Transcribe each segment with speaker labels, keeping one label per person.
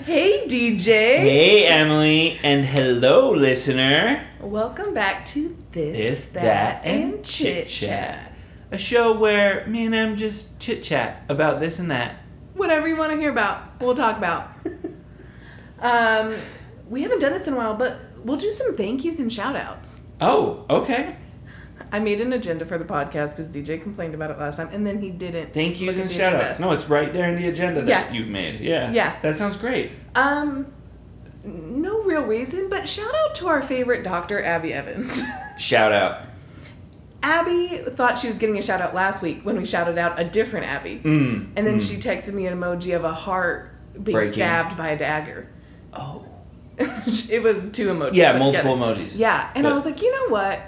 Speaker 1: DJ.
Speaker 2: Hey, Emily, and hello, listener.
Speaker 1: Welcome back to This,
Speaker 2: This, that, and chit chat. A show where me and Em just chit chat about this and that.
Speaker 1: Whatever you want to hear about, we'll talk about. um, we haven't done this in a while, but we'll do some thank yous and shout outs.
Speaker 2: Oh, okay.
Speaker 1: I made an agenda for the podcast because DJ complained about it last time, and then he didn't.
Speaker 2: Thank you
Speaker 1: look at
Speaker 2: and
Speaker 1: the
Speaker 2: shout outs.
Speaker 1: agenda.
Speaker 2: No, it's right there in the agenda that
Speaker 1: Yeah.
Speaker 2: you've made. Yeah.
Speaker 1: Yeah.
Speaker 2: That sounds great.
Speaker 1: Um, no real reason, but shout out to our favorite doctor, Abby Evans.
Speaker 2: Shout out.
Speaker 1: Abby thought she was getting a shout out last week when we shouted out a different Abby.
Speaker 2: Mm.
Speaker 1: And then
Speaker 2: mm.
Speaker 1: she texted me an emoji of a heart being
Speaker 2: Breaking.
Speaker 1: stabbed by a dagger.
Speaker 2: Oh.
Speaker 1: it was two emojis.
Speaker 2: Yeah,
Speaker 1: put
Speaker 2: multiple
Speaker 1: together.
Speaker 2: emojis.
Speaker 1: Yeah, and I
Speaker 2: But-
Speaker 1: was like, you know what?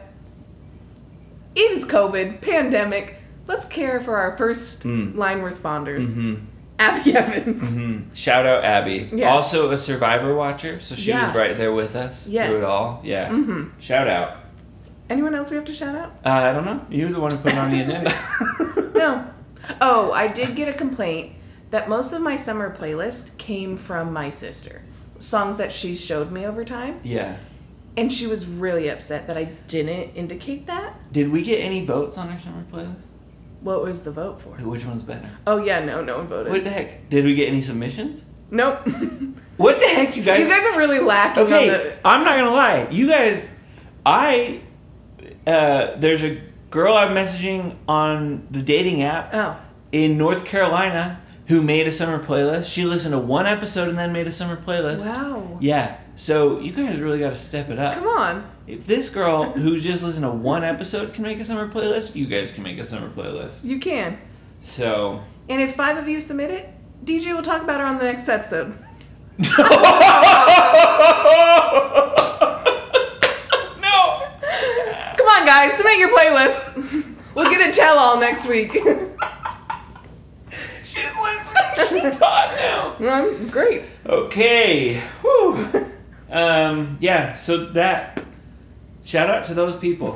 Speaker 1: It is COVID, pandemic. Let's care for our first
Speaker 2: Mm.
Speaker 1: line responders,
Speaker 2: hmm
Speaker 1: Abby Evans.
Speaker 2: hmm Shout out Abby.
Speaker 1: Yeah.
Speaker 2: Also a survivor watcher, so she was
Speaker 1: Yeah.
Speaker 2: right there with us
Speaker 1: Yes.
Speaker 2: through it all. Yeah.
Speaker 1: Mhm.
Speaker 2: Shout out.
Speaker 1: Anyone else we have to shout out?
Speaker 2: Uh, I don't know. You're the one who put it on the agenda.
Speaker 1: No. Oh, I did get a complaint that most of my summer playlist came from my sister. Songs that she showed me over time.
Speaker 2: Yeah.
Speaker 1: And she was really upset that I didn't indicate that.
Speaker 2: Did we get any votes on our summer playlist?
Speaker 1: What was the vote for?
Speaker 2: Which one's better?
Speaker 1: Oh, yeah, no, no one voted.
Speaker 2: What the heck? Did we get any submissions?
Speaker 1: Nope.
Speaker 2: What the heck, you guys?
Speaker 1: you guys are really lacking on
Speaker 2: okay,
Speaker 1: the.
Speaker 2: I'm not gonna lie. You guys, I, uh, there's a girl I'm messaging on the dating app
Speaker 1: Oh.
Speaker 2: in North Carolina who made a summer playlist. She listened to one episode and then made a summer playlist.
Speaker 1: Wow.
Speaker 2: Yeah. So you guys really got to step it up.
Speaker 1: Come on.
Speaker 2: If this girl who just listened to one episode can make a summer playlist, you guys can make a summer playlist.
Speaker 1: You can.
Speaker 2: So.
Speaker 1: And if five of you submit it, DJ will talk about her on the next episode.
Speaker 2: no.
Speaker 1: Come on, guys, submit your playlist. We'll get a tell all next week.
Speaker 2: She's listening. She's not now.
Speaker 1: Um, great.
Speaker 2: Okay. Whew. Um. Yeah. So that. Shout out to those people.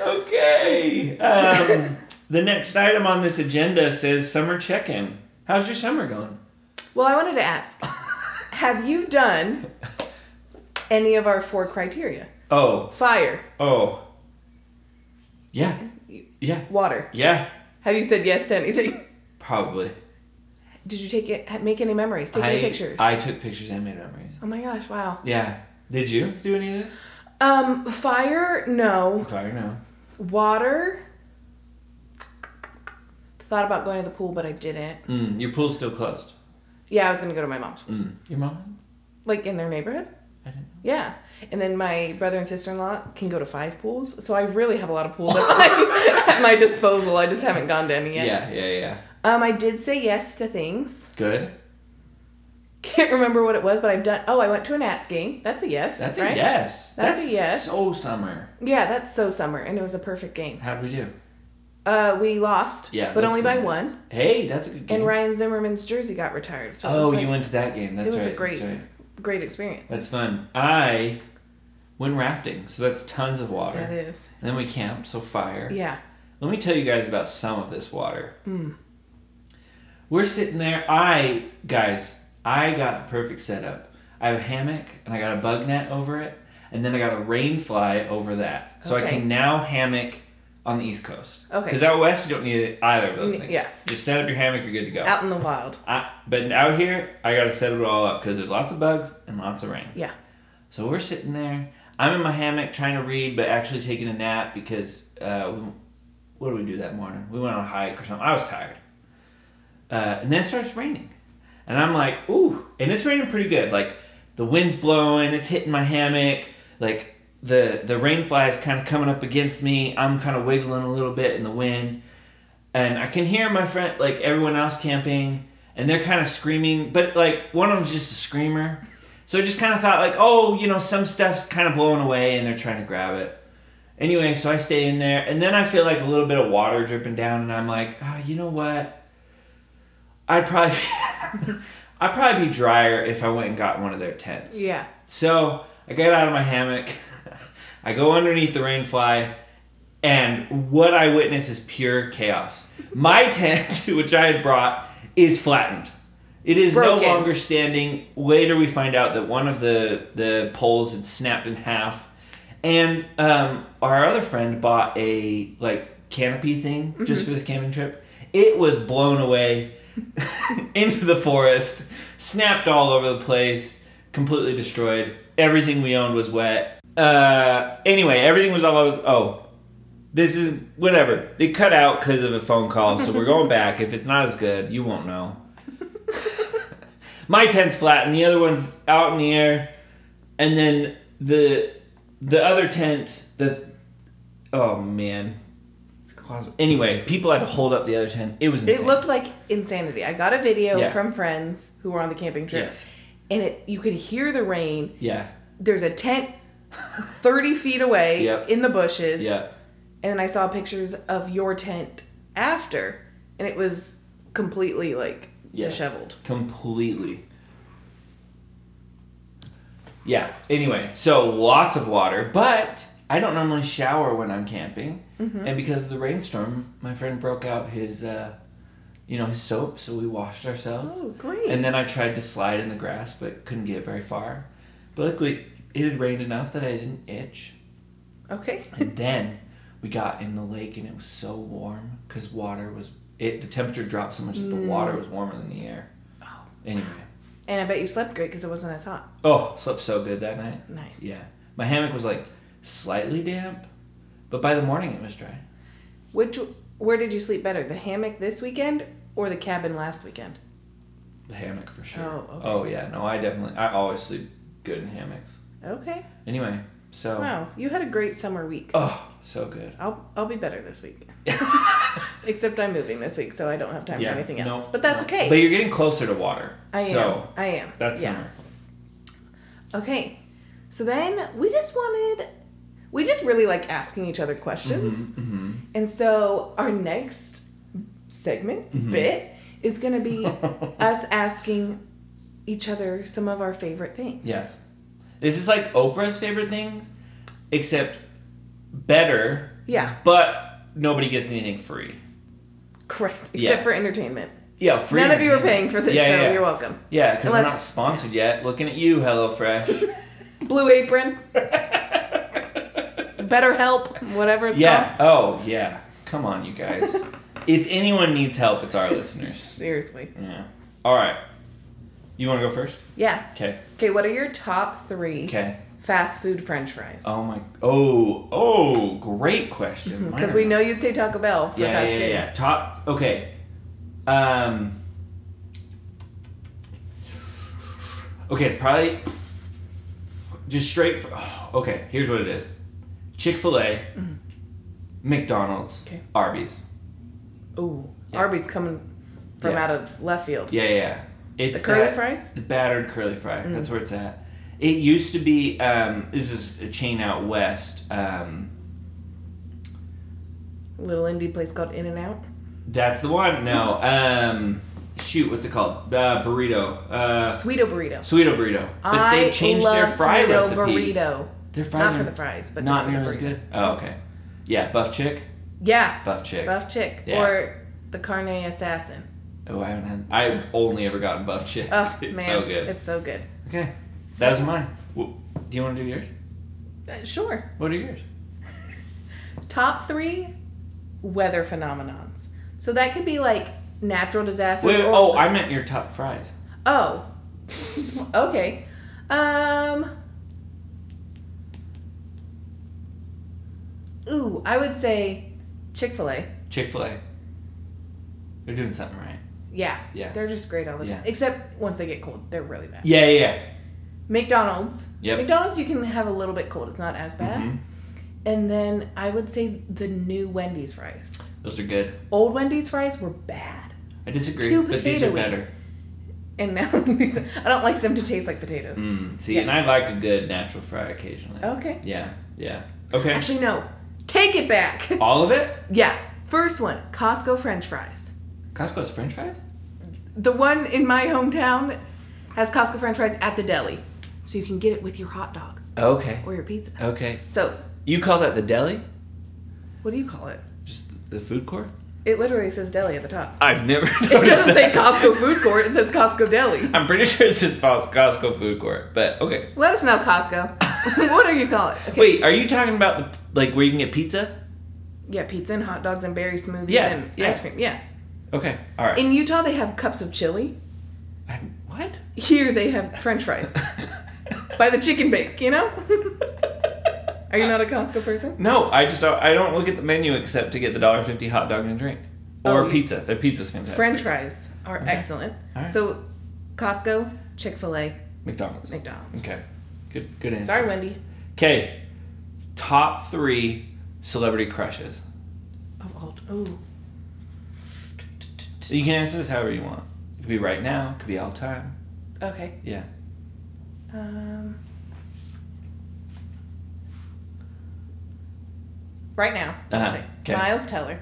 Speaker 2: okay. Um. The next item on this agenda says summer check-in. How's your summer going?
Speaker 1: Well, I wanted to ask Have you done any of our four criteria?
Speaker 2: Oh.
Speaker 1: Fire,
Speaker 2: Oh. Yeah. Yeah.
Speaker 1: water.
Speaker 2: Yeah.
Speaker 1: Have you said yes to anything?
Speaker 2: Probably.
Speaker 1: Did you take it? Make any memories? Take any
Speaker 2: I-
Speaker 1: pictures?
Speaker 2: I took pictures and made memories.
Speaker 1: oh my gosh! Wow.
Speaker 2: Yeah. Did you do any of this?
Speaker 1: Um, fire. No.
Speaker 2: Fire no.
Speaker 1: Water. Thought about going to the pool, but I didn't.
Speaker 2: Mm, your pool's still closed.
Speaker 1: Yeah, I was gonna go to my mom's,
Speaker 2: Mm. Your mom?
Speaker 1: like in their neighborhood.
Speaker 2: I didn't know.
Speaker 1: Yeah, and then my brother and sister in law can go to five pools, so I really have a lot of pools at my, at my disposal. I just haven't gone to any yet.
Speaker 2: Yeah, yeah, yeah.
Speaker 1: Um, I did say yes to things.
Speaker 2: Good.
Speaker 1: Can't remember what it was, but I've done. Oh, I went to an Nats game. That's a yes.
Speaker 2: That's
Speaker 1: right?
Speaker 2: a yes.
Speaker 1: That's a yes.
Speaker 2: So summer.
Speaker 1: Yeah, that's so summer, and it was a perfect game.
Speaker 2: How'd we do?
Speaker 1: Uh, we lost.
Speaker 2: Yeah,
Speaker 1: but
Speaker 2: that's
Speaker 1: only by
Speaker 2: good.
Speaker 1: one.
Speaker 2: Hey, that's a good game.
Speaker 1: And Ryan Zimmerman's jersey got retired. So
Speaker 2: oh,
Speaker 1: it was like
Speaker 2: you went to that game. That's
Speaker 1: it was a
Speaker 2: right,
Speaker 1: great-
Speaker 2: That's, right.
Speaker 1: great experience.
Speaker 2: That's fun. I went rafting, so that's tons of water.
Speaker 1: That is.
Speaker 2: Then we camped, so fire.
Speaker 1: Yeah.
Speaker 2: Let me tell you guys about some of this water.
Speaker 1: Mm.
Speaker 2: We're sitting there. I, guys, I got the perfect setup. I have a hammock and I got a bug net over it, and then I got a rain fly over that. So I
Speaker 1: Okay.
Speaker 2: can now hammock on the East Coast.
Speaker 1: Okay.
Speaker 2: Because out west, you don't need it- either of those
Speaker 1: Mm,
Speaker 2: things.
Speaker 1: yeah.
Speaker 2: Just set up your hammock, you're good to go.
Speaker 1: Out in the wild.
Speaker 2: I, but out here, I got to set it all up because there's lots of bugs and lots of rain.
Speaker 1: Yeah.
Speaker 2: So we're sitting there. I'm in my hammock trying to read, but actually taking a nap because uh, we, what did we do that morning? We went on a hike or something. I was tired. Uh, and then it starts raining. And I'm like, ooh. And it's raining pretty good. Like, the wind's blowing, it's hitting my hammock. Like, the, the rain fly is kind of coming up against me. I'm kind of wiggling a little bit in the wind. And I can hear my friend, like, everyone else camping. And they're kind of screaming. But, like, one of them's just a screamer. So I just kind of thought, like, oh, you know, some stuff's kind of blowing away and they're trying to grab it. Anyway, so I stay in there, and then I feel like a little bit of water dripping down, and I'm like, ah, you know what? I'd probably, I'd probably be drier if I went and got one of their tents.
Speaker 1: Yeah.
Speaker 2: So I get out of my hammock, I go underneath the rain fly, and what I witness is pure chaos. My tent, which I had brought, is flattened. It is
Speaker 1: Broken.
Speaker 2: no longer standing. Later, we find out that one of the the poles had snapped in half, and um, our other friend bought a like canopy thing just for this camping trip. It was blown away into the forest, snapped all over the place, completely destroyed. Everything we owned was wet. Uh, anyway, everything was all over. Oh, this is whatever. They cut out because of a phone call, so we're going back. If it's not as good, you won't know. My tent's flat, and the other one's out in the air, and then the the other tent, the oh man. Anyway, people had to hold up the other tent. It was
Speaker 1: It
Speaker 2: insane.
Speaker 1: looked like insanity. I got a video
Speaker 2: Yeah.
Speaker 1: from friends who were on the camping trip,
Speaker 2: Yes.
Speaker 1: and it you could hear the rain.
Speaker 2: yeah
Speaker 1: There's a tent thirty feet away
Speaker 2: Yep.
Speaker 1: in the bushes,
Speaker 2: yeah.
Speaker 1: and then I saw pictures of your tent after, and it was completely like
Speaker 2: Yes.
Speaker 1: disheveled.
Speaker 2: Completely. Yeah. Anyway, so lots of water, but I don't normally shower when I'm camping,
Speaker 1: Mm-hmm.
Speaker 2: and because of the rainstorm, my friend broke out his, uh, you know, his soap, so we washed ourselves.
Speaker 1: Oh, great!
Speaker 2: And then I tried to slide in the grass, but couldn't get very far. But luckily, it had rained enough that I didn't itch.
Speaker 1: okay,
Speaker 2: And then we got in the lake, and it was so warm because water was it. The temperature dropped so much that the water was warmer than the air.
Speaker 1: Mm. Oh.
Speaker 2: Anyway.
Speaker 1: and I bet you slept great because it wasn't as hot.
Speaker 2: Oh, slept so good that night.
Speaker 1: Nice.
Speaker 2: Yeah. My hammock was like slightly damp, but by the morning it was dry.
Speaker 1: Which where did you sleep better, the hammock this weekend or the cabin last weekend?
Speaker 2: The hammock for sure.
Speaker 1: Oh, okay.
Speaker 2: oh yeah. No, I definitely I always sleep good in hammocks.
Speaker 1: Okay.
Speaker 2: Anyway, so
Speaker 1: Oh. Wow, you had a great summer week.
Speaker 2: Oh, so good.
Speaker 1: I'll I'll be better this week. Except I'm moving this week, so I don't have time for anything
Speaker 2: no,
Speaker 1: else. but that's
Speaker 2: no.
Speaker 1: okay.
Speaker 2: But you're getting closer to water.
Speaker 1: I am.
Speaker 2: So
Speaker 1: I am.
Speaker 2: that's
Speaker 1: yeah.
Speaker 2: summer.
Speaker 1: Okay. So then we just wanted we just really like asking each other questions.
Speaker 2: Mm-hmm.
Speaker 1: And so our next segment
Speaker 2: Mm-hmm.
Speaker 1: bit is going to be us asking each other some of our favorite things.
Speaker 2: Yes. This is like Oprah's favorite things, except better,
Speaker 1: Yeah,
Speaker 2: but nobody gets anything free.
Speaker 1: correct. Except
Speaker 2: Yeah.
Speaker 1: for entertainment.
Speaker 2: Yeah, free.
Speaker 1: None of you are
Speaker 2: entertainment.
Speaker 1: paying for this,
Speaker 2: Yeah,
Speaker 1: so
Speaker 2: yeah, yeah.
Speaker 1: you're welcome.
Speaker 2: Yeah, because we're
Speaker 1: Unless-
Speaker 2: not sponsored yet. Looking at you, HelloFresh.
Speaker 1: Blue Apron, Better Help, whatever it's
Speaker 2: yeah. Oh, yeah. Come on, you guys. if anyone needs help, it's our
Speaker 1: called.
Speaker 2: listeners.
Speaker 1: Seriously.
Speaker 2: Yeah. All right. You want to go first?
Speaker 1: Yeah.
Speaker 2: Okay.
Speaker 1: Okay, what are your top three
Speaker 2: Okay.
Speaker 1: fast food french fries?
Speaker 2: Oh my. Oh. Oh. Great question. Mine
Speaker 1: Because
Speaker 2: are
Speaker 1: we know you'd say Taco Bell for
Speaker 2: yeah,
Speaker 1: fast
Speaker 2: yeah,
Speaker 1: food.
Speaker 2: yeah. Top. Okay. Um. Okay, it's probably just straight. For, okay, here's what it is: Chick Fil A, McDonald's,
Speaker 1: Mm-hmm. Okay.
Speaker 2: Arby's.
Speaker 1: Ooh,
Speaker 2: Yeah.
Speaker 1: Arby's coming from
Speaker 2: Yeah.
Speaker 1: out of left field.
Speaker 2: Yeah, yeah. yeah. It's
Speaker 1: The curly Mm-hmm.
Speaker 2: that-
Speaker 1: fries?
Speaker 2: The battered curly fry. That's where it's at. It used to be. Um, this is a chain out west. Um,
Speaker 1: Little indie place called In and Out.
Speaker 2: that's the one. No.
Speaker 1: Mm-hmm.
Speaker 2: Um, shoot, what's it called? Uh, burrito. Uh,
Speaker 1: Sweeto burrito.
Speaker 2: Sweeto burrito. But
Speaker 1: I
Speaker 2: they changed
Speaker 1: love
Speaker 2: their fry
Speaker 1: Sweeto
Speaker 2: recipe.
Speaker 1: burrito.
Speaker 2: Their fries
Speaker 1: Not
Speaker 2: are
Speaker 1: for the fries, but just
Speaker 2: not
Speaker 1: for the
Speaker 2: nearly as
Speaker 1: burrito.
Speaker 2: good. Oh, okay. Yeah, buff chick,
Speaker 1: Yeah,
Speaker 2: buff chick.
Speaker 1: buff chick
Speaker 2: Yeah.
Speaker 1: or the carne assassin.
Speaker 2: Oh, I haven't had. I've only ever gotten buff chick.
Speaker 1: Oh
Speaker 2: it's
Speaker 1: man,
Speaker 2: so good.
Speaker 1: it's so good.
Speaker 2: Okay, that was mine. Wh- Do you want to do yours?
Speaker 1: Uh, sure.
Speaker 2: What are yours?
Speaker 1: Top three weather phenomenons. So that could be like natural disasters.
Speaker 2: Wait,
Speaker 1: or-
Speaker 2: oh, I meant your top fries.
Speaker 1: Oh. okay. Um. Ooh, I would say Chick Fil A.
Speaker 2: Chick Fil A. They're doing something right.
Speaker 1: Yeah.
Speaker 2: Yeah.
Speaker 1: They're just great all the time.
Speaker 2: Yeah.
Speaker 1: Except once they get cold, they're really bad.
Speaker 2: Yeah, yeah.
Speaker 1: McDonald's.
Speaker 2: yeah. Yep.
Speaker 1: McDonald's you can have a little bit cold. It's not as bad.
Speaker 2: Mhm.
Speaker 1: And then I would say the new Wendy's fries.
Speaker 2: Those are good.
Speaker 1: Old Wendy's fries were bad.
Speaker 2: I disagree,
Speaker 1: Two
Speaker 2: but these
Speaker 1: potato
Speaker 2: are
Speaker 1: wings.
Speaker 2: better.
Speaker 1: And now I don't like them to taste like potatoes.
Speaker 2: Mm, see,
Speaker 1: Yeah.
Speaker 2: and I like a good natural fry occasionally.
Speaker 1: Okay.
Speaker 2: Yeah, yeah. Okay.
Speaker 1: Actually no. Take it back.
Speaker 2: All of it?
Speaker 1: Yeah. First one, Costco French fries.
Speaker 2: Costco's French fries?
Speaker 1: The one in my hometown has Costco French fries at the deli. So you can get it with your hot dog
Speaker 2: Okay.
Speaker 1: or your pizza.
Speaker 2: Okay.
Speaker 1: So
Speaker 2: You call that the deli?
Speaker 1: What do you call it?
Speaker 2: Just the food court?
Speaker 1: It literally says deli at the top.
Speaker 2: I've never.
Speaker 1: It doesn't say Costco food court. It says Costco deli.
Speaker 2: I'm pretty sure it says Cos- Costco food court, but okay.
Speaker 1: Let us know, Costco. what do you call it? Okay.
Speaker 2: Wait, are you talking about the like where you can get pizza?
Speaker 1: Yeah, pizza and hot dogs and berry smoothies
Speaker 2: Yeah,
Speaker 1: and
Speaker 2: yeah.
Speaker 1: ice cream. Yeah.
Speaker 2: Okay, all right.
Speaker 1: In Utah, they have cups of chili.
Speaker 2: I, what?
Speaker 1: Here, they have French fries by the chicken bake. You know? Are you not a Costco person?
Speaker 2: No, I just don't, I don't look at the menu except to get the dollar fifty hot dog and a drink or
Speaker 1: Oh, you-
Speaker 2: pizza. Their pizza's fantastic.
Speaker 1: French fries are
Speaker 2: Okay.
Speaker 1: excellent.
Speaker 2: All right.
Speaker 1: So, Costco, Chick Fil A,
Speaker 2: McDonald's.
Speaker 1: McDonald's.
Speaker 2: Okay, good good answer.
Speaker 1: Sorry, Wendy.
Speaker 2: Okay, top three celebrity crushes.
Speaker 1: Of all, Oh, ooh.
Speaker 2: You can answer this however you want. It could be right now. Could be all time.
Speaker 1: Okay.
Speaker 2: Yeah.
Speaker 1: Um, right now, I'll
Speaker 2: Uh-huh.
Speaker 1: say.
Speaker 2: Okay.
Speaker 1: Miles Teller,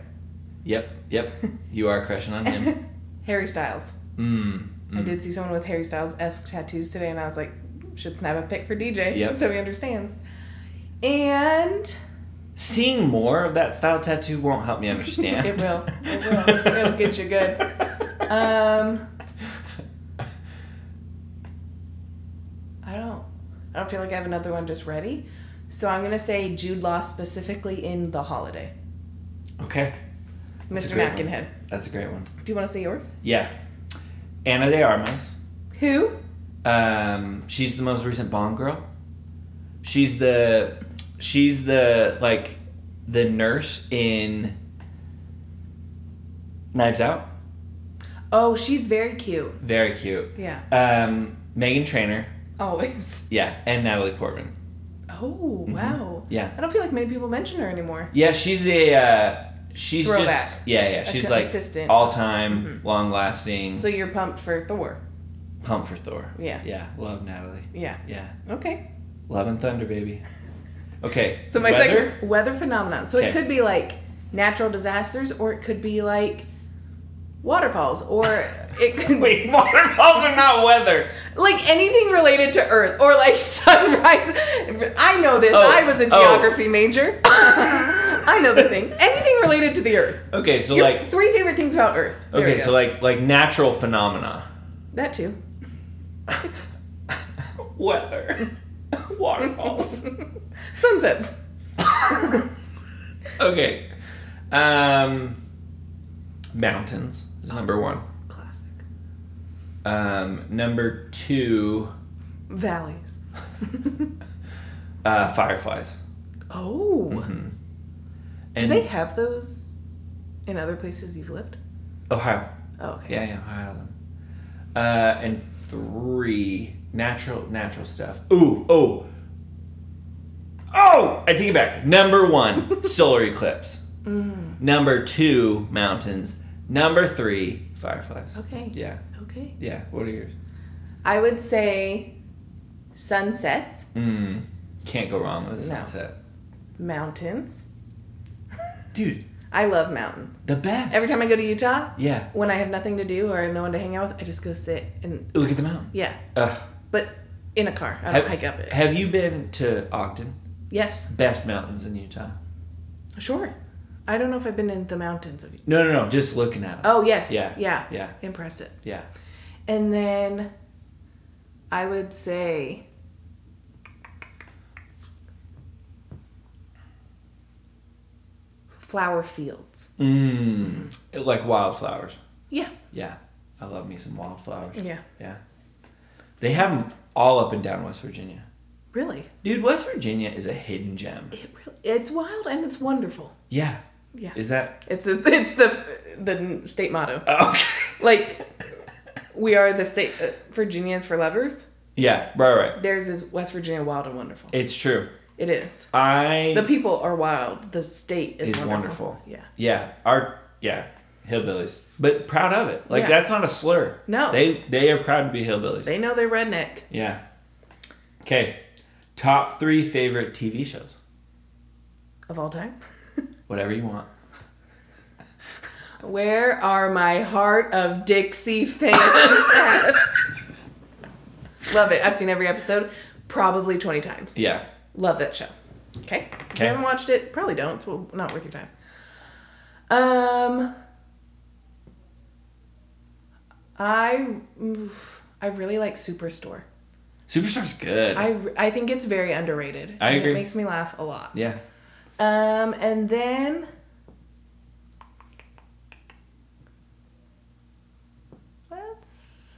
Speaker 2: Yep. Yep. You are crushing on him.
Speaker 1: Harry Styles.
Speaker 2: Mm.
Speaker 1: I
Speaker 2: mm.
Speaker 1: did see someone with Harry Styles esque tattoos today, and I was like, should snap a pic for DJ,
Speaker 2: Yep.
Speaker 1: so he understands. And
Speaker 2: Seeing more of that style tattoo won't help me understand.
Speaker 1: It will. It will. It'll get you good. um, I don't, I don't feel like I have another one just ready, so I'm gonna say Jude Law specifically in the holiday,
Speaker 2: okay, That's
Speaker 1: Mr.
Speaker 2: a great one.
Speaker 1: Napkinhead.
Speaker 2: that's a great one.
Speaker 1: Do you want to say yours?
Speaker 2: Yeah, Anna de Armas.
Speaker 1: Who?
Speaker 2: Um, she's the most recent Bond girl. She's the she's the like the nurse in Knives Out.
Speaker 1: Oh, she's very cute.
Speaker 2: Very cute.
Speaker 1: Yeah,
Speaker 2: Um, Megan Trainor.
Speaker 1: always.
Speaker 2: Yeah, and Natalie Portman.
Speaker 1: Oh wow.
Speaker 2: Yeah.
Speaker 1: I don't feel like many people mention her anymore.
Speaker 2: Yeah, she's a uh, she's
Speaker 1: Throwback.
Speaker 2: just yeah yeah she's like
Speaker 1: consistent- Mm-hmm.
Speaker 2: all time long lasting
Speaker 1: So you're pumped for Thor?
Speaker 2: pump for Thor.
Speaker 1: Yeah.
Speaker 2: Yeah, love Natalie.
Speaker 1: Yeah.
Speaker 2: Yeah,
Speaker 1: Okay.
Speaker 2: love and thunder, baby. Okay.
Speaker 1: So my
Speaker 2: weather?
Speaker 1: second weather phenomenon. So
Speaker 2: Okay.
Speaker 1: it could be like natural disasters, or it could be like waterfalls, or it could
Speaker 2: Wait, waterfalls are not weather.
Speaker 1: like anything related to Earth, or like sunrise. I know this.
Speaker 2: Oh,
Speaker 1: I was a
Speaker 2: oh.
Speaker 1: geography major. I know the things. Anything related to the Earth.
Speaker 2: Okay, so
Speaker 1: Your
Speaker 2: like
Speaker 1: three favorite things about Earth. There we
Speaker 2: okay,
Speaker 1: go.
Speaker 2: so like like natural phenomena.
Speaker 1: that too.
Speaker 2: Weather. Waterfalls.
Speaker 1: Sunsets.
Speaker 2: okay. Um mountains is number 1.
Speaker 1: Classic.
Speaker 2: Um number 2
Speaker 1: Valleys.
Speaker 2: uh fireflies.
Speaker 1: Oh. Do
Speaker 2: And
Speaker 1: they have those in other places you've lived?
Speaker 2: Ohio.
Speaker 1: Oh, okay.
Speaker 2: Yeah, yeah, Ohio. them. Uh and 3 natural natural stuff. Ooh, oh. Oh, I take it back. Number 1 solar eclipse.
Speaker 1: Mm.
Speaker 2: Number two, mountains. Number three, fireflies.
Speaker 1: Okay.
Speaker 2: Yeah,
Speaker 1: Okay.
Speaker 2: yeah. What are yours?
Speaker 1: I would say sunsets,
Speaker 2: Mm. Can't go wrong with a
Speaker 1: No.
Speaker 2: sunset.
Speaker 1: mountains.
Speaker 2: Dude,
Speaker 1: I love mountains.
Speaker 2: the best.
Speaker 1: Every time I go to Utah,
Speaker 2: Yeah.
Speaker 1: when I have nothing to do or no one to hang out with, I just go sit and
Speaker 2: Look at the mountain.
Speaker 1: yeah,
Speaker 2: Ugh.
Speaker 1: but in a car. I don't
Speaker 2: Have-
Speaker 1: hike up it.
Speaker 2: Have you been to Ogden?
Speaker 1: Yes.
Speaker 2: Best mountains in Utah.
Speaker 1: Sure. I don't know if I've been in the mountains of.
Speaker 2: No, no, no. Just looking at them.
Speaker 1: Oh yes.
Speaker 2: Yeah.
Speaker 1: Yeah.
Speaker 2: Yeah,
Speaker 1: Impressive.
Speaker 2: yeah.
Speaker 1: And then I would say flower fields.
Speaker 2: Mmm. Like wildflowers.
Speaker 1: Yeah.
Speaker 2: Yeah. I love me some wildflowers.
Speaker 1: Yeah.
Speaker 2: Yeah. They have them all up and down West Virginia.
Speaker 1: Really?
Speaker 2: Dude, West Virginia is a hidden gem.
Speaker 1: It really it's wild and it's wonderful.
Speaker 2: Yeah.
Speaker 1: Yeah.
Speaker 2: Is that
Speaker 1: It's the it's the the state motto.
Speaker 2: okay?
Speaker 1: Like we are the state uh, Virginians for lovers.
Speaker 2: Yeah, right, right.
Speaker 1: Theirs is West Virginia wild and wonderful.
Speaker 2: It's true.
Speaker 1: It is.
Speaker 2: I
Speaker 1: The people are wild. The state is
Speaker 2: It's
Speaker 1: wonderful.
Speaker 2: wonderful.
Speaker 1: Yeah.
Speaker 2: yeah, our yeah, hillbillies. But proud of it. Like
Speaker 1: Yeah.
Speaker 2: that's not a slur.
Speaker 1: No.
Speaker 2: They they are proud to be hillbillies.
Speaker 1: They know they're redneck.
Speaker 2: yeah. Okay. Top 3 favorite TV shows.
Speaker 1: Of all time.
Speaker 2: Whatever you want.
Speaker 1: Where are my heart of Dixie fans at? Love it. I've seen every episode probably 20 times.
Speaker 2: Yeah.
Speaker 1: Love that show. Okay. If you
Speaker 2: Okay.
Speaker 1: haven't watched it, probably don't. It's well, not worth your time. Um, I oof, I really like Superstore.
Speaker 2: Superstar's good.
Speaker 1: I I think it's very underrated.
Speaker 2: I
Speaker 1: and
Speaker 2: agree.
Speaker 1: It makes me laugh a lot.
Speaker 2: yeah.
Speaker 1: Um, and then let's.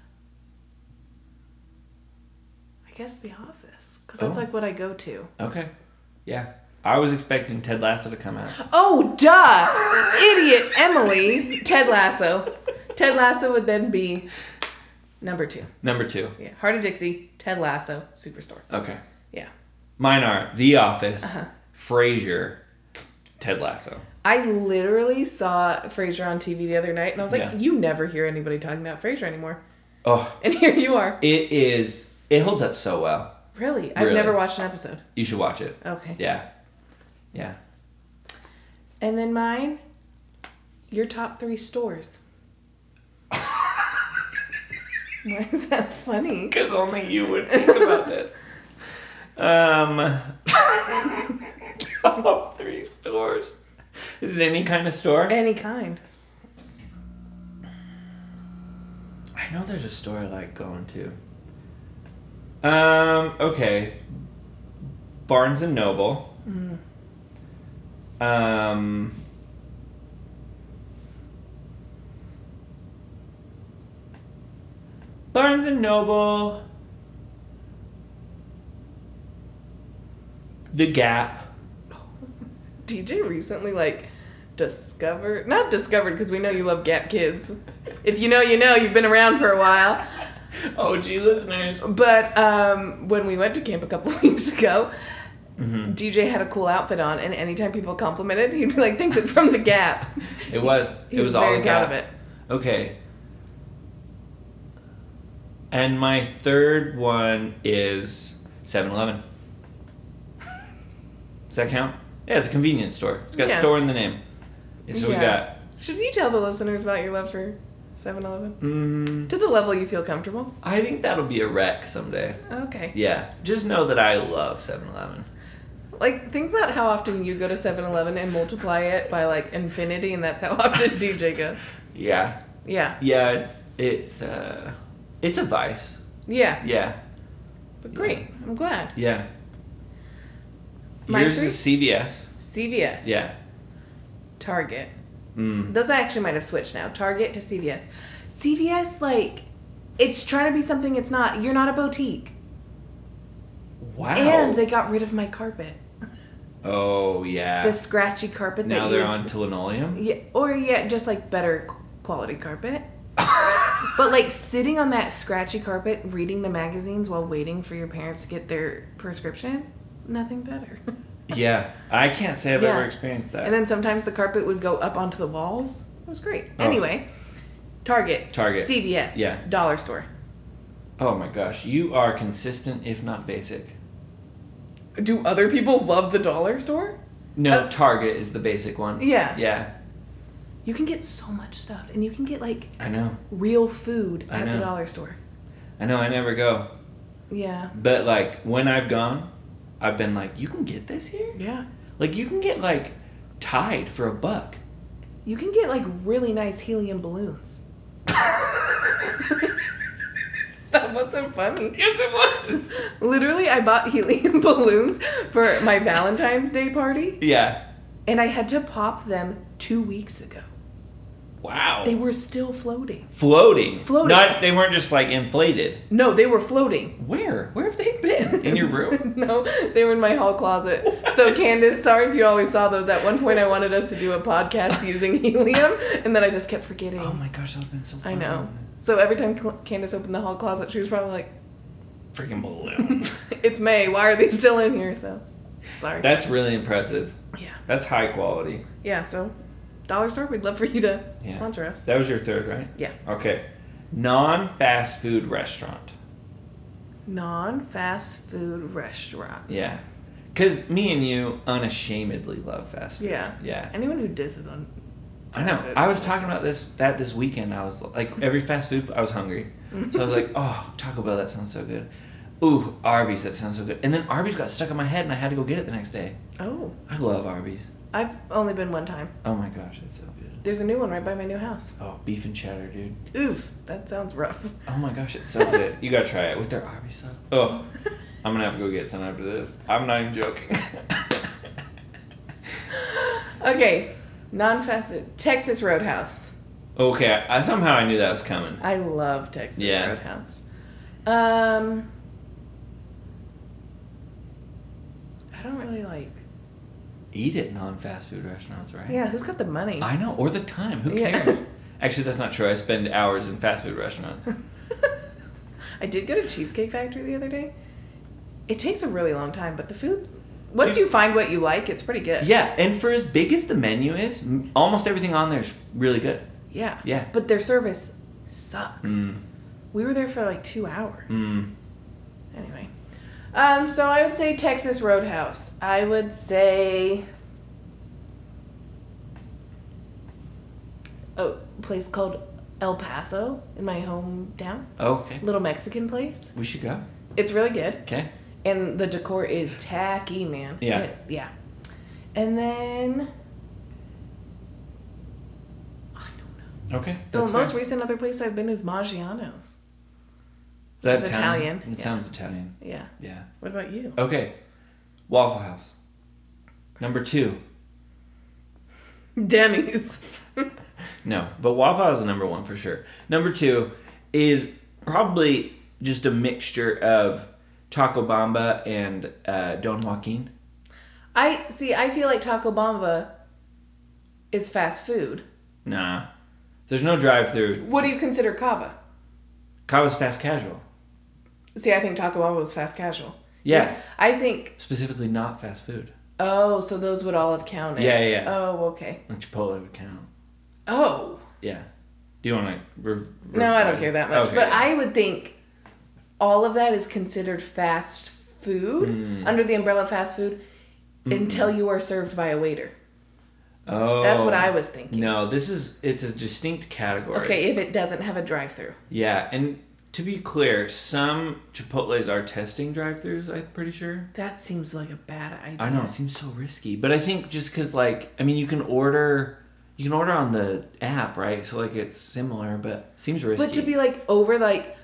Speaker 1: I guess The Office, because that's
Speaker 2: Oh.
Speaker 1: like what I go to.
Speaker 2: Okay. Yeah. I was expecting Ted Lasso to come out.
Speaker 1: Oh, duh! Idiot Emily! Ted Lasso. Ted Lasso would then be number two.
Speaker 2: Number two.
Speaker 1: Yeah. Heart of Dixie, Ted Lasso, Superstore.
Speaker 2: Okay.
Speaker 1: Yeah.
Speaker 2: Mine are The Office, Frasier, Ted Lasso.
Speaker 1: I literally saw Frasier on TV the other night and I was like,
Speaker 2: Yeah.
Speaker 1: you never hear anybody talking about Frasier anymore.
Speaker 2: Oh,
Speaker 1: And here you are.
Speaker 2: it is. It holds up so well.
Speaker 1: Really? I've
Speaker 2: Really?
Speaker 1: never watched an episode.
Speaker 2: You should watch it.
Speaker 1: Okay.
Speaker 2: Yeah. Yeah.
Speaker 1: And then mine, your top three stores. Why is that funny?
Speaker 2: Because only you would think about this. Um, top three stores. This is any kind of store.
Speaker 1: Any kind.
Speaker 2: I know there's a store I like going to. Um, okay. Barnes and Noble.
Speaker 1: Mm.
Speaker 2: Um, Barnes and Noble. The Gap.
Speaker 1: DJ recently like discovered, not discovered because we know you love Gap Kids. If you know, you know, you've been around for a while.
Speaker 2: OG listeners.
Speaker 1: But um, when we went to camp a couple weeks ago,
Speaker 2: Mhm.
Speaker 1: DJ had a cool outfit on, and anytime people complimented, he'd be like, "Thinks it's from the Gap."
Speaker 2: It was.
Speaker 1: He
Speaker 2: It was, all
Speaker 1: very
Speaker 2: The
Speaker 1: proud
Speaker 2: Gap.
Speaker 1: of it.
Speaker 2: Okay. And my third one is 7 Eleven. Does that count? Yeah, it's a convenience store. It's got
Speaker 1: Yeah.
Speaker 2: store in the name. And so we
Speaker 1: Yeah.
Speaker 2: got.
Speaker 1: Should you tell the listeners about your love for 7-Eleven?
Speaker 2: Mm,
Speaker 1: To the level you feel comfortable.
Speaker 2: I think that'll be a wreck someday.
Speaker 1: Okay.
Speaker 2: Yeah. Just know that I love 7 Eleven.
Speaker 1: Like, think about how often you go to 7-Eleven and multiply it by, like, infinity, and that's how often DJ goes.
Speaker 2: Yeah.
Speaker 1: Yeah.
Speaker 2: Yeah, it's. It's, uh. It's a vice.
Speaker 1: Yeah.
Speaker 2: Yeah.
Speaker 1: But great. I'm glad.
Speaker 2: Yeah.
Speaker 1: My
Speaker 2: Yours
Speaker 1: three-
Speaker 2: is CVS.
Speaker 1: CVS.
Speaker 2: Yeah.
Speaker 1: Target.
Speaker 2: Mm.
Speaker 1: Those I actually might have switched now. Target to CVS. CVS, like, it's trying to be something it's not. You're not a boutique.
Speaker 2: Wow.
Speaker 1: And they got rid of my carpet.
Speaker 2: oh, yeah.
Speaker 1: The scratchy carpet
Speaker 2: Now
Speaker 1: that you
Speaker 2: they're
Speaker 1: would-
Speaker 2: on to linoleum.
Speaker 1: Yeah, or yeah, just like better qu- quality carpet. But like sitting on that scratchy carpet, reading the magazines while waiting for your parents to get their prescription, nothing better.
Speaker 2: yeah, I can't say I've
Speaker 1: Yeah.
Speaker 2: ever experienced that.
Speaker 1: and then sometimes the carpet would go up onto the walls. It was great.
Speaker 2: Oh.
Speaker 1: Anyway, Target,
Speaker 2: Target.
Speaker 1: CVS,
Speaker 2: Yeah.
Speaker 1: dollar store.
Speaker 2: oh my gosh, you are consistent, if not basic.
Speaker 1: Do other people love the dollar store?
Speaker 2: No,
Speaker 1: Uh,
Speaker 2: Target is the basic one.
Speaker 1: Yeah.
Speaker 2: Yeah,
Speaker 1: You can get so much stuff, and you can get like
Speaker 2: I know,
Speaker 1: real food
Speaker 2: I
Speaker 1: at the
Speaker 2: know.
Speaker 1: dollar store.
Speaker 2: I know. I never go,
Speaker 1: Yeah,
Speaker 2: but like when I've gone, I've been like, you can get this here.
Speaker 1: yeah.
Speaker 2: Like you can get like tied for a buck.
Speaker 1: You can get like really nice helium balloons. That wasn't funny.
Speaker 2: yes, it was.
Speaker 1: Literally, I bought helium balloons for my Valentine's Day party,
Speaker 2: Yeah.
Speaker 1: and I had to pop them two weeks ago.
Speaker 2: Wow.
Speaker 1: They were still floating.
Speaker 2: floating.
Speaker 1: Floating.
Speaker 2: Not. They weren't just like inflated.
Speaker 1: No, they were floating.
Speaker 2: Where? Where have they been? In your room?
Speaker 1: no, they were in my hall closet. So, Candace, sorry if you always saw those. At one point, I wanted us to do a podcast using helium, and then I just kept forgetting.
Speaker 2: oh my gosh, that would have been so. Fun.
Speaker 1: I know. So, every time Cl- Candace opened the hall closet, she was probably like,
Speaker 2: Freaking balloons.
Speaker 1: It's May. Why are they still in here? So, sorry.
Speaker 2: That's really impressive.
Speaker 1: yeah.
Speaker 2: That's high quality.
Speaker 1: Yeah, so Dollar Store, we'd love for you to
Speaker 2: Yeah.
Speaker 1: sponsor us.
Speaker 2: That was your third, right?
Speaker 1: Yeah.
Speaker 2: Okay. Non fast food restaurant.
Speaker 1: Non fast food restaurant.
Speaker 2: Yeah. Because me and you unashamedly love fast food.
Speaker 1: Yeah.
Speaker 2: Yeah.
Speaker 1: Anyone who disses on
Speaker 2: I
Speaker 1: fast
Speaker 2: know.
Speaker 1: food.
Speaker 2: I was talking about this that this weekend. I was like, every fast food, I was hungry. So I was like, oh, Taco Bell, that sounds so good. Ooh, Arby's, that sounds so good. And then Arby's got stuck in my head and I had to go get it the next day.
Speaker 1: Oh,
Speaker 2: I love Arby's.
Speaker 1: I've only been one time.
Speaker 2: Oh my gosh, it's so good.
Speaker 1: There's a new one right by my new house.
Speaker 2: Oh, beef and cheddar, dude.
Speaker 1: Oof, that sounds rough.
Speaker 2: Oh my gosh, it's so good. You gotta try it with their Arby's sauce. Oh, I'm gonna have to go get some after this. I'm not even joking.
Speaker 1: okay, non-fast food. Texas Roadhouse.
Speaker 2: okay, I, somehow I knew that was coming.
Speaker 1: I love Texas
Speaker 2: Yeah.
Speaker 1: Roadhouse. Um, I don't really like.
Speaker 2: Eat at non-fast food restaurants, right?
Speaker 1: Yeah, who's got the money?
Speaker 2: I know, or the time. Who
Speaker 1: Yeah.
Speaker 2: cares? Actually, that's not true. I spend hours in fast food restaurants.
Speaker 1: I did go to Cheesecake Factory the other day. It takes a really long time, but the food. Once you find what you like, it's pretty good.
Speaker 2: yeah, and for as big as the menu is, m- almost everything on there is really good.
Speaker 1: Yeah.
Speaker 2: Yeah.
Speaker 1: But their service sucks.
Speaker 2: Mm,
Speaker 1: We were there for like two hours.
Speaker 2: mm.
Speaker 1: Anyway. Um, so I would say Texas Roadhouse. I would say a oh, place called El Paso in my hometown.
Speaker 2: Okay,
Speaker 1: Little Mexican place.
Speaker 2: we should go.
Speaker 1: It's really good.
Speaker 2: Okay.
Speaker 1: And the decor is tacky, man.
Speaker 2: Yeah.
Speaker 1: It- yeah. And then I don't know.
Speaker 2: Okay.
Speaker 1: The
Speaker 2: that's
Speaker 1: most
Speaker 2: fair.
Speaker 1: recent other place I've been is Maggiano's.
Speaker 2: Is that
Speaker 1: is
Speaker 2: Italian?
Speaker 1: Italian,
Speaker 2: It
Speaker 1: yeah.
Speaker 2: sounds Italian.
Speaker 1: Yeah.
Speaker 2: Yeah.
Speaker 1: What about you?
Speaker 2: Okay. Waffle House. Number two.
Speaker 1: Denny's.
Speaker 2: No, but Waffle House is number one for sure. Number two is probably just a mixture of Taco Bamba and uh, Don Joaquin.
Speaker 1: I see. I feel like Taco Bamba is fast food.
Speaker 2: Nah. There's no drive through.
Speaker 1: What do you consider cava?
Speaker 2: Cava's fast casual.
Speaker 1: See, I think Taco Bamba was fast casual.
Speaker 2: Yeah.
Speaker 1: I think.
Speaker 2: Specifically, not fast food.
Speaker 1: Oh, so those would all have counted.
Speaker 2: Yeah, yeah, yeah.
Speaker 1: Oh, okay.
Speaker 2: Like Chipotle would count.
Speaker 1: Oh
Speaker 2: Yeah. Do you want to. Re- re-
Speaker 1: no, I don't care that much.
Speaker 2: Okay.
Speaker 1: But I would think all of that is considered fast food
Speaker 2: Hmm.
Speaker 1: under the umbrella of fast food until you are served by a waiter.
Speaker 2: Oh.
Speaker 1: That's what I was thinking.
Speaker 2: No, this is. It's a distinct category.
Speaker 1: Okay, if it doesn't have a drive-through.
Speaker 2: Yeah, and to be clear, some Chipotle's are testing drive-throughs. I'm pretty sure.
Speaker 1: That seems like a bad idea.
Speaker 2: I know it seems so risky, but I think just because like I mean, you can order, you can order on the app, right? So like it's similar, but seems risky.
Speaker 1: But to be like over like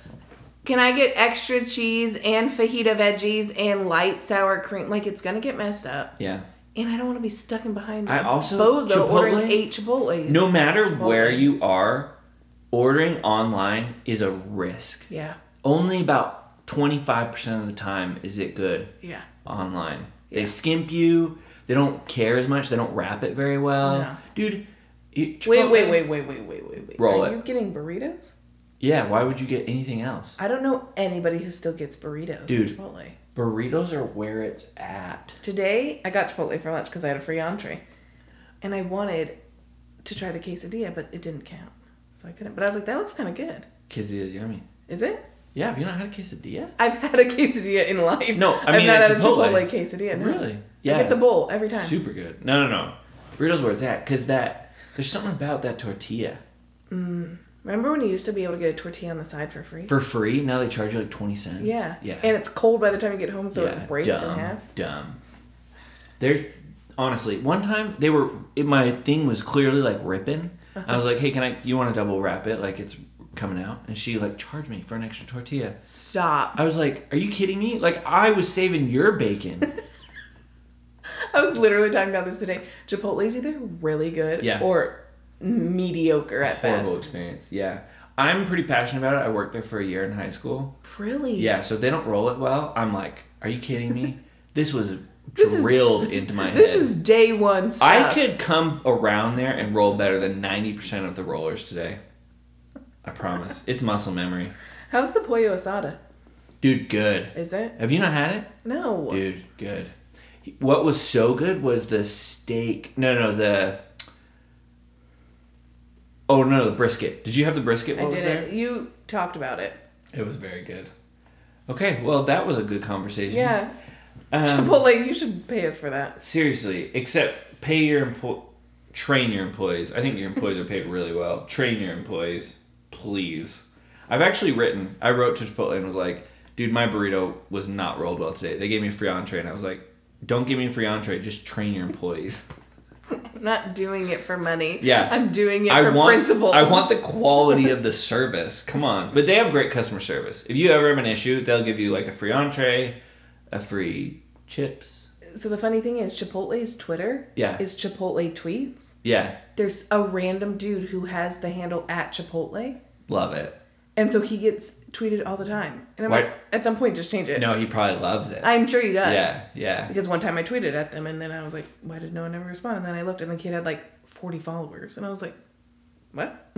Speaker 1: can I get extra cheese and fajita veggies and light sour cream? Like it's gonna get messed up,
Speaker 2: yeah,
Speaker 1: and I don't want to be stuck in behind.
Speaker 2: I
Speaker 1: a
Speaker 2: also-
Speaker 1: bozo
Speaker 2: Chipotle?
Speaker 1: ordering eight Chipotle's.
Speaker 2: no matter where
Speaker 1: Chipotle's.
Speaker 2: you are, ordering online is a risk.
Speaker 1: Yeah,
Speaker 2: Only about twenty five percent of the time is it good.
Speaker 1: yeah.
Speaker 2: online. They
Speaker 1: Yeah.
Speaker 2: skimp you. They don't care as much. They don't wrap it very well,
Speaker 1: No.
Speaker 2: dude. you-
Speaker 1: Wait,
Speaker 2: Chipotle-
Speaker 1: wait, wait, wait, wait, wait, wait, wait.
Speaker 2: Roll
Speaker 1: Are
Speaker 2: it.
Speaker 1: you getting burritos?
Speaker 2: Yeah, why would you get anything else?
Speaker 1: I don't know anybody who still gets burritos. at
Speaker 2: Dude.
Speaker 1: Chipotle.
Speaker 2: Burritos are where it's at.
Speaker 1: Today I got Chipotle for lunch because I had a free entree, and I wanted to try the quesadilla, but it didn't count, so I couldn't. But I was like, that looks kind of good.
Speaker 2: Quesadilla's yummy.
Speaker 1: Is it?
Speaker 2: Yeah, have you not had a quesadilla?
Speaker 1: I've had a quesadilla in life.
Speaker 2: No, I
Speaker 1: have
Speaker 2: mean
Speaker 1: not
Speaker 2: at
Speaker 1: had a
Speaker 2: Chipotle.
Speaker 1: Chipotle quesadilla. No.
Speaker 2: Really?
Speaker 1: I get the
Speaker 2: it's
Speaker 1: bowl every time.
Speaker 2: Super good. No, no, no. Burritos where it's at, cause that there's something about that tortilla
Speaker 1: Remember when you used to be able to get a tortilla on the side for free?
Speaker 2: for free. Now they charge you like twenty cents.
Speaker 1: yeah.
Speaker 2: Yeah.
Speaker 1: And it's cold by the time you get home, so
Speaker 2: Yeah,
Speaker 1: it breaks
Speaker 2: dumb,
Speaker 1: in half.
Speaker 2: Dumb. There's honestly one time they were it, my thing was clearly like ripping.
Speaker 1: Uh-huh.
Speaker 2: I was like, hey, can I? You want to double wrap it? Like it's coming out, and she like charged me for an extra tortilla.
Speaker 1: Stop.
Speaker 2: I was like, are you kidding me? Like I was saving your bacon.
Speaker 1: I was literally talking about this today. Chipotle's either really good
Speaker 2: Yeah.
Speaker 1: or mediocre at
Speaker 2: Horrible
Speaker 1: best.
Speaker 2: experience. Yeah. I'm pretty passionate about it. I worked there for a year in high school.
Speaker 1: Really?
Speaker 2: Yeah, so if they don't roll it well, I'm like, are you kidding me? this was
Speaker 1: This is-
Speaker 2: drilled into my head.
Speaker 1: This is day one stuff.
Speaker 2: I could come around there and roll better than 90% of the rollers today. I promise. it's muscle memory.
Speaker 1: How's the pollo asada?
Speaker 2: Dude, good.
Speaker 1: Is it?
Speaker 2: Have you not had it?
Speaker 1: No.
Speaker 2: Dude, good. What was so good was the steak. No, no, the. Oh, no, the brisket. Did you have the brisket
Speaker 1: I
Speaker 2: while I was
Speaker 1: didn't.
Speaker 2: there?
Speaker 1: You talked about it.
Speaker 2: It was very good. Okay, well, that was a good conversation.
Speaker 1: Yeah.
Speaker 2: Um,
Speaker 1: Chipotle, you should pay us for that.
Speaker 2: Seriously, except pay your employ, train your employees. I think your employees are paid really well. Train your employees, please. I've actually written. I wrote to Chipotle and was like, "Dude, my burrito was not rolled well today. They gave me a free entree, and I was like, Don't give me a free entree. Just train your employees.
Speaker 1: I'm not doing it for money.
Speaker 2: Yeah.
Speaker 1: I'm doing it
Speaker 2: I
Speaker 1: for
Speaker 2: want
Speaker 1: principle.
Speaker 2: I want the quality of the service. Come on, but they have great customer service. If you ever have an issue, they'll give you like a free entree, a free chips.
Speaker 1: So the funny thing is, Chipotle's Twitter
Speaker 2: Yeah.
Speaker 1: is Chipotle tweets.
Speaker 2: Yeah,
Speaker 1: There's a random dude who has the handle at Chipotle,
Speaker 2: love it.
Speaker 1: and so he gets tweeted all the time. And I'm
Speaker 2: Why-
Speaker 1: like, at some point, just change it.
Speaker 2: No, he probably loves it.
Speaker 1: I'm sure he does.
Speaker 2: Yeah, yeah.
Speaker 1: Because one time I tweeted at them, and then I was like, why did no one ever respond? And then I looked, and the kid had like 40 followers, and I was like, what?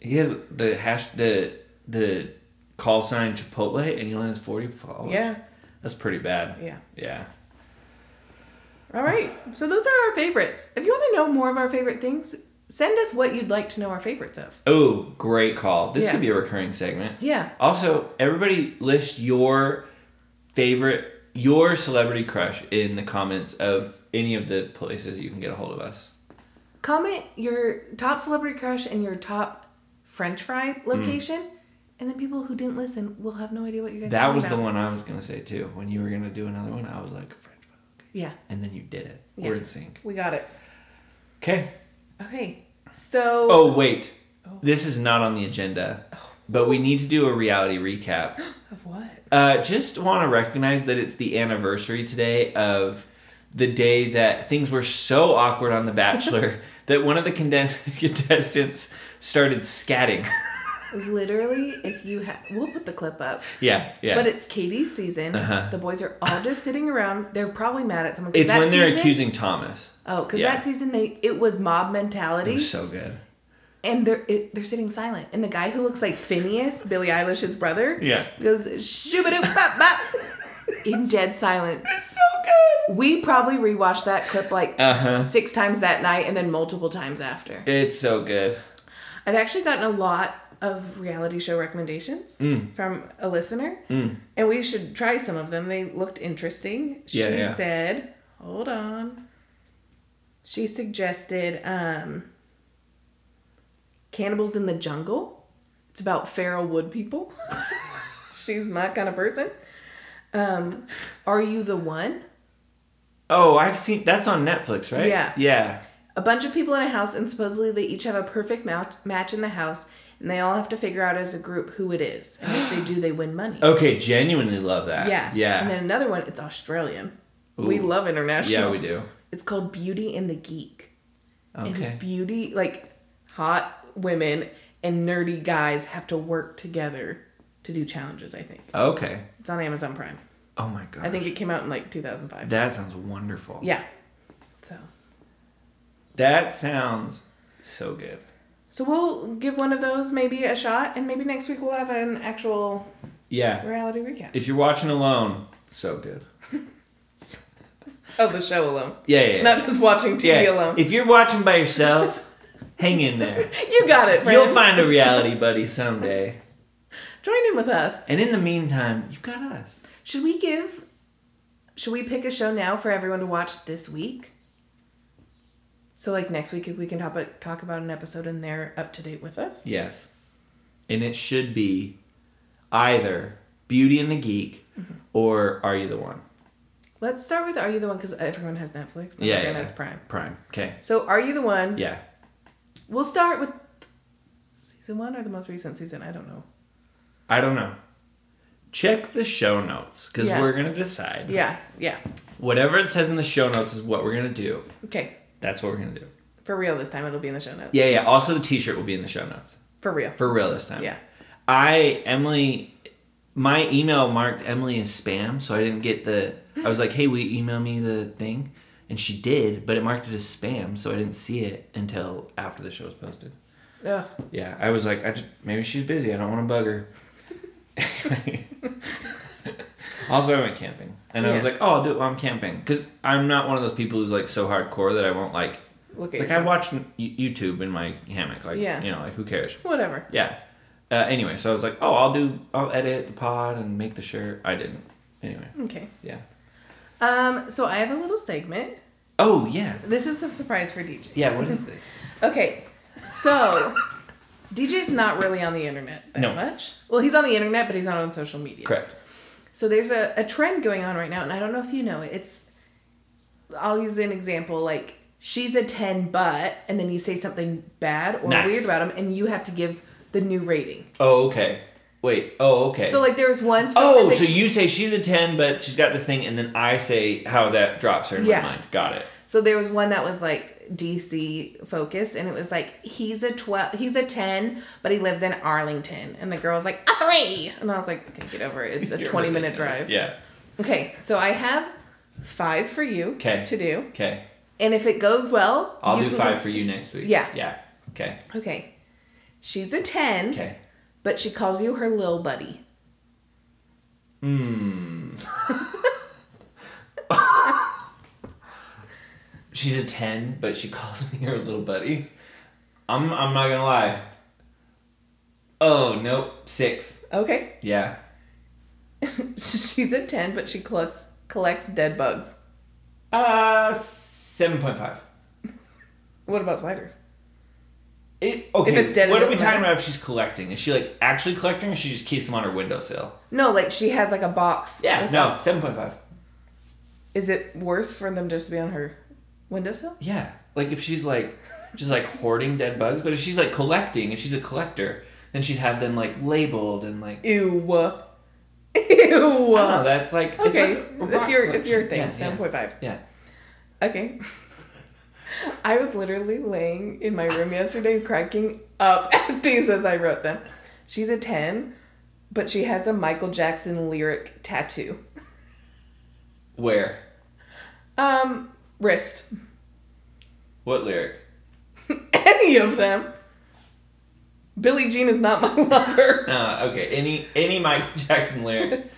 Speaker 2: He has the hash the the call sign Chipotle, and he only has forty followers.
Speaker 1: Yeah,
Speaker 2: that's pretty bad.
Speaker 1: yeah.
Speaker 2: Yeah.
Speaker 1: All right. So those are our favorites. If you want to know more of our favorite things, send us what you'd like to know our favorites of.
Speaker 2: Oh, great call. This
Speaker 1: Yeah.
Speaker 2: could be a recurring segment.
Speaker 1: Yeah.
Speaker 2: Also, everybody list your favorite, your celebrity crush in the comments of any of the places you can get a hold of us.
Speaker 1: Comment your top celebrity crush and your top French fry
Speaker 2: Mm.
Speaker 1: location, and then people who didn't listen will have no idea what you guys.
Speaker 2: that
Speaker 1: are
Speaker 2: was the
Speaker 1: one.
Speaker 2: one I was going to say too. When you were going to do another one, I was like, French fry. okay."
Speaker 1: Yeah,
Speaker 2: And then you did it.
Speaker 1: Yeah.
Speaker 2: We're in sync.
Speaker 1: we got it.
Speaker 2: Okay.
Speaker 1: Okay. So.
Speaker 2: Oh, wait.
Speaker 1: Oh.
Speaker 2: This is not on the agenda, but we need to do a reality recap.
Speaker 1: Of what?
Speaker 2: Uh, just want to recognize that it's the anniversary today of the day that things were so awkward on The Bachelor that one of the conden- contestants started scatting.
Speaker 1: Literally, if you have, we'll put the clip up.
Speaker 2: yeah, yeah.
Speaker 1: But it's Katie's season.
Speaker 2: Uh-huh.
Speaker 1: The boys are all just sitting around. They're probably mad at someone. 'cause
Speaker 2: it's
Speaker 1: that
Speaker 2: when they're
Speaker 1: season-
Speaker 2: accusing Thomas.
Speaker 1: Oh, because
Speaker 2: Yeah.
Speaker 1: that season they it was mob mentality.
Speaker 2: It was so good.
Speaker 1: and they're it, they're sitting silent. And the guy who looks like Phineas, Billie Eilish's brother,
Speaker 2: Yeah.
Speaker 1: goes shoo-ba-doo bop bop in dead silence.
Speaker 2: It's so good.
Speaker 1: We probably rewatched that clip like
Speaker 2: Uh huh.
Speaker 1: six times that night and then multiple times after.
Speaker 2: It's so good.
Speaker 1: I've actually gotten a lot of reality show recommendations
Speaker 2: Mm.
Speaker 1: from a listener, and we should try some of them. They looked interesting. She
Speaker 2: Yeah, yeah.
Speaker 1: said, "Hold on." She suggested um, "Cannibals in the Jungle." It's about feral wood people. She's my kind of person. Um, Are you the one?
Speaker 2: Oh, I've seen that's on Netflix, right?
Speaker 1: Yeah.
Speaker 2: Yeah.
Speaker 1: a bunch of people in a house and supposedly they each have a perfect mou- match in the house and they all have to figure out as a group who it is and if they do they win money
Speaker 2: Okay, genuinely love that.
Speaker 1: yeah and
Speaker 2: Yeah.
Speaker 1: then another one it's australian we
Speaker 2: Ooh.
Speaker 1: love international
Speaker 2: Yeah, we do.
Speaker 1: it's called beauty and the geek
Speaker 2: Okay.
Speaker 1: and beauty like hot women and nerdy guys have to work together to do challenges i think
Speaker 2: Okay.
Speaker 1: it's on amazon prime
Speaker 2: Oh my god.
Speaker 1: i think it came out in like 2005
Speaker 2: that sounds wonderful.
Speaker 1: yeah so
Speaker 2: That sounds so good.
Speaker 1: so we'll give one of those maybe a shot and maybe next week we'll have an actual
Speaker 2: Yeah.
Speaker 1: reality recap
Speaker 2: If you're watching alone, so good.
Speaker 1: of Oh, the show alone,
Speaker 2: Yeah, yeah. yeah.
Speaker 1: not just watching
Speaker 2: yeah.
Speaker 1: TV alone.
Speaker 2: If you're watching by yourself, hang in there.
Speaker 1: You got it. Friend.
Speaker 2: You'll find a reality buddy someday.
Speaker 1: Join in with us.
Speaker 2: And in the meantime, you've got us.
Speaker 1: Should we give? Should we pick a show now for everyone to watch this week? So like next week, if we can talk about, talk about an episode and they're up to date with us.
Speaker 2: Yes. And it should be either Beauty and the Geek
Speaker 1: Mm-hmm.
Speaker 2: or Are You the One?
Speaker 1: Let's start with Are You the One because everyone has Netflix. and
Speaker 2: Yeah,
Speaker 1: everyone
Speaker 2: yeah.
Speaker 1: has Prime.
Speaker 2: Prime. Okay.
Speaker 1: So Are You the One?
Speaker 2: Yeah.
Speaker 1: We'll start with season one or the most recent season. I don't know.
Speaker 2: I don't know. Check the show notes because
Speaker 1: Yeah.
Speaker 2: we're going to decide.
Speaker 1: Yeah, yeah.
Speaker 2: Whatever it says in the show notes is what we're going to do.
Speaker 1: Okay,
Speaker 2: That's what we're going to do.
Speaker 1: for real this time. It'll be in the show notes.
Speaker 2: Yeah, yeah. Also, the T-shirt will be in the show notes
Speaker 1: For real.
Speaker 2: for real this time.
Speaker 1: Yeah.
Speaker 2: I Emily, my email marked Emily as spam, so I didn't get the. I was like, "Hey, will you email me the thing?" And she did, but it marked it as spam, so I didn't see it until after the show was posted.
Speaker 1: Ugh.
Speaker 2: Yeah, I was like, I just, maybe she's busy. I don't want to bug her. also, I went camping, and I was
Speaker 1: Yeah.
Speaker 2: like, "Oh, I'll do it while I'm camping," because I'm not one of those people who's like so hardcore that I won't like
Speaker 1: Look at
Speaker 2: like
Speaker 1: you.
Speaker 2: I watched n- Y- YouTube in my hammock. Like
Speaker 1: Yeah.
Speaker 2: you know, like who cares?
Speaker 1: Whatever.
Speaker 2: Yeah. Uh, anyway, so I was like, oh, I'll do, I'll edit the pod and make the shirt. I didn't. Anyway,
Speaker 1: Okay.
Speaker 2: yeah.
Speaker 1: Um, so I have a little segment.
Speaker 2: Oh yeah,
Speaker 1: This is a surprise for DJ.
Speaker 2: yeah. What is this?
Speaker 1: Okay, so DJ's not really on the internet that
Speaker 2: No.
Speaker 1: much. Well, he's on the internet, but he's not on social media.
Speaker 2: Correct.
Speaker 1: So there's a, a trend going on right now, and I don't know if you know it. It's I'll use an example like she's a 10 but and then you say something bad or
Speaker 2: Nice.
Speaker 1: weird about him and you have to give the new rating.
Speaker 2: Oh, okay. Wait. Oh, okay.
Speaker 1: So like there was one
Speaker 2: oh,
Speaker 1: specific-
Speaker 2: so you say she's a ten, but she's got this thing, and then I say how that drops her in
Speaker 1: Yeah.
Speaker 2: my mind. Got it.
Speaker 1: So there was one that was like DC focus, and it was like he's a twelve, he's a ten, but he lives in Arlington, and the girl was like a three, and I was like, okay, get over it. It's a
Speaker 2: You're
Speaker 1: twenty minute
Speaker 2: ridiculous.
Speaker 1: drive.
Speaker 2: Yeah.
Speaker 1: Okay, so I have five for you
Speaker 2: 'Kay.
Speaker 1: to do,
Speaker 2: Okay.
Speaker 1: and if it goes well,
Speaker 2: I'll
Speaker 1: you
Speaker 2: do
Speaker 1: can
Speaker 2: five for you next week.
Speaker 1: Yeah.
Speaker 2: Yeah. Okay.
Speaker 1: go- Okay, she's a ten,
Speaker 2: Okay.
Speaker 1: but she calls you her little buddy.
Speaker 2: Hmm. She's a ten, but she calls me her little buddy. I'm I'm not gonna lie. Oh nope, six.
Speaker 1: Okay,
Speaker 2: Yeah.
Speaker 1: she's a ten, but she collects collects dead bugs.
Speaker 2: Uh, seven point five.
Speaker 1: What about spiders?
Speaker 2: It, okay.
Speaker 1: If it's dead, it
Speaker 2: what are we
Speaker 1: doesn't
Speaker 2: talking about? If she's collecting, is she like actually collecting, or she just keeps them on her windowsill?
Speaker 1: No, like she has like a box.
Speaker 2: Yeah.
Speaker 1: with
Speaker 2: No, seven point five.
Speaker 1: Is it worse for them just to be on her windowsill?
Speaker 2: Yeah. Like if she's like just like hoarding dead bugs, but if she's like collecting, if she's a collector, then she'd have them like labeled and like
Speaker 1: Ew. Ew.
Speaker 2: I don't know, that's like it's
Speaker 1: okay,
Speaker 2: like
Speaker 1: it's,
Speaker 2: a rock
Speaker 1: your it's your
Speaker 2: collection.
Speaker 1: thing.
Speaker 2: Yeah,
Speaker 1: Seven
Speaker 2: yeah,
Speaker 1: point five.
Speaker 2: yeah.
Speaker 1: Okay. I was literally laying in my room yesterday, cracking up at these as I wrote them. She's a ten, but she has a Michael Jackson lyric tattoo.
Speaker 2: Where?
Speaker 1: Um, wrist.
Speaker 2: What lyric?
Speaker 1: Any of them. Billie Jean is not my lover.
Speaker 2: Uh, okay. Any any Michael Jackson lyric.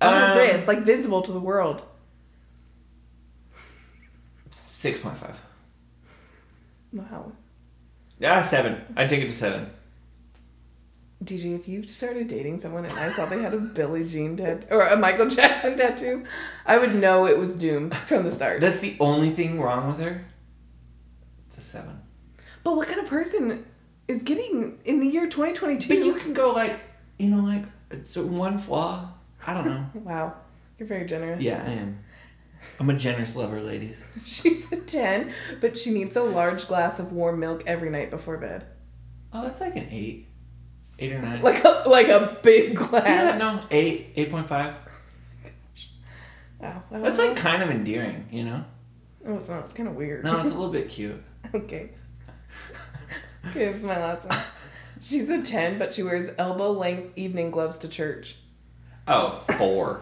Speaker 1: On her
Speaker 2: Um,
Speaker 1: wrist, like visible to the world.
Speaker 2: Six point five.
Speaker 1: Wow.
Speaker 2: Ah, seven. I take it to seven.
Speaker 1: DJ, if you started dating someone and I saw they had a Billie Jean tattoo or a Michael Jackson tattoo, I would know it was doomed from the start.
Speaker 2: That's the only thing wrong with her. It's a seven.
Speaker 1: But what kind of person is getting in the year 2022?
Speaker 2: But you can go like you know like it's one flaw. I don't know.
Speaker 1: Wow, you're very generous.
Speaker 2: Yeah, I am. I'm a generous lover, ladies.
Speaker 1: She's a 10, but she needs a large glass of warm milk every night before bed.
Speaker 2: Oh, that's like an eight, eight or nine.
Speaker 1: Like a, like a big
Speaker 2: yeah,
Speaker 1: glass.
Speaker 2: no, eight, eight point five.
Speaker 1: Wow.
Speaker 2: That's like kind of endearing, you know.
Speaker 1: Oh, it's not. It's kind of weird.
Speaker 2: No, it's a little bit cute.
Speaker 1: okay. Okay, here's my last one. She's a 10, but she wears elbow length evening gloves to church.
Speaker 2: Oh, four.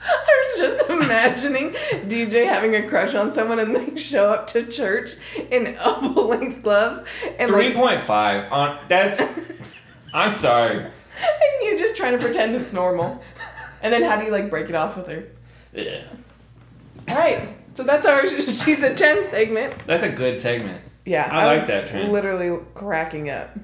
Speaker 1: I was just imagining DJ having a crush on someone and they show up to church in elbow length gloves and
Speaker 2: Three
Speaker 1: like
Speaker 2: point five. On that's. I'm sorry.
Speaker 1: and you just trying to pretend it's normal. And then how do you like break it off with her?
Speaker 2: Yeah.
Speaker 1: Alright. So that's our she's a ten segment.
Speaker 2: That's a good segment.
Speaker 1: Yeah.
Speaker 2: I like that trend.
Speaker 1: Literally cracking up.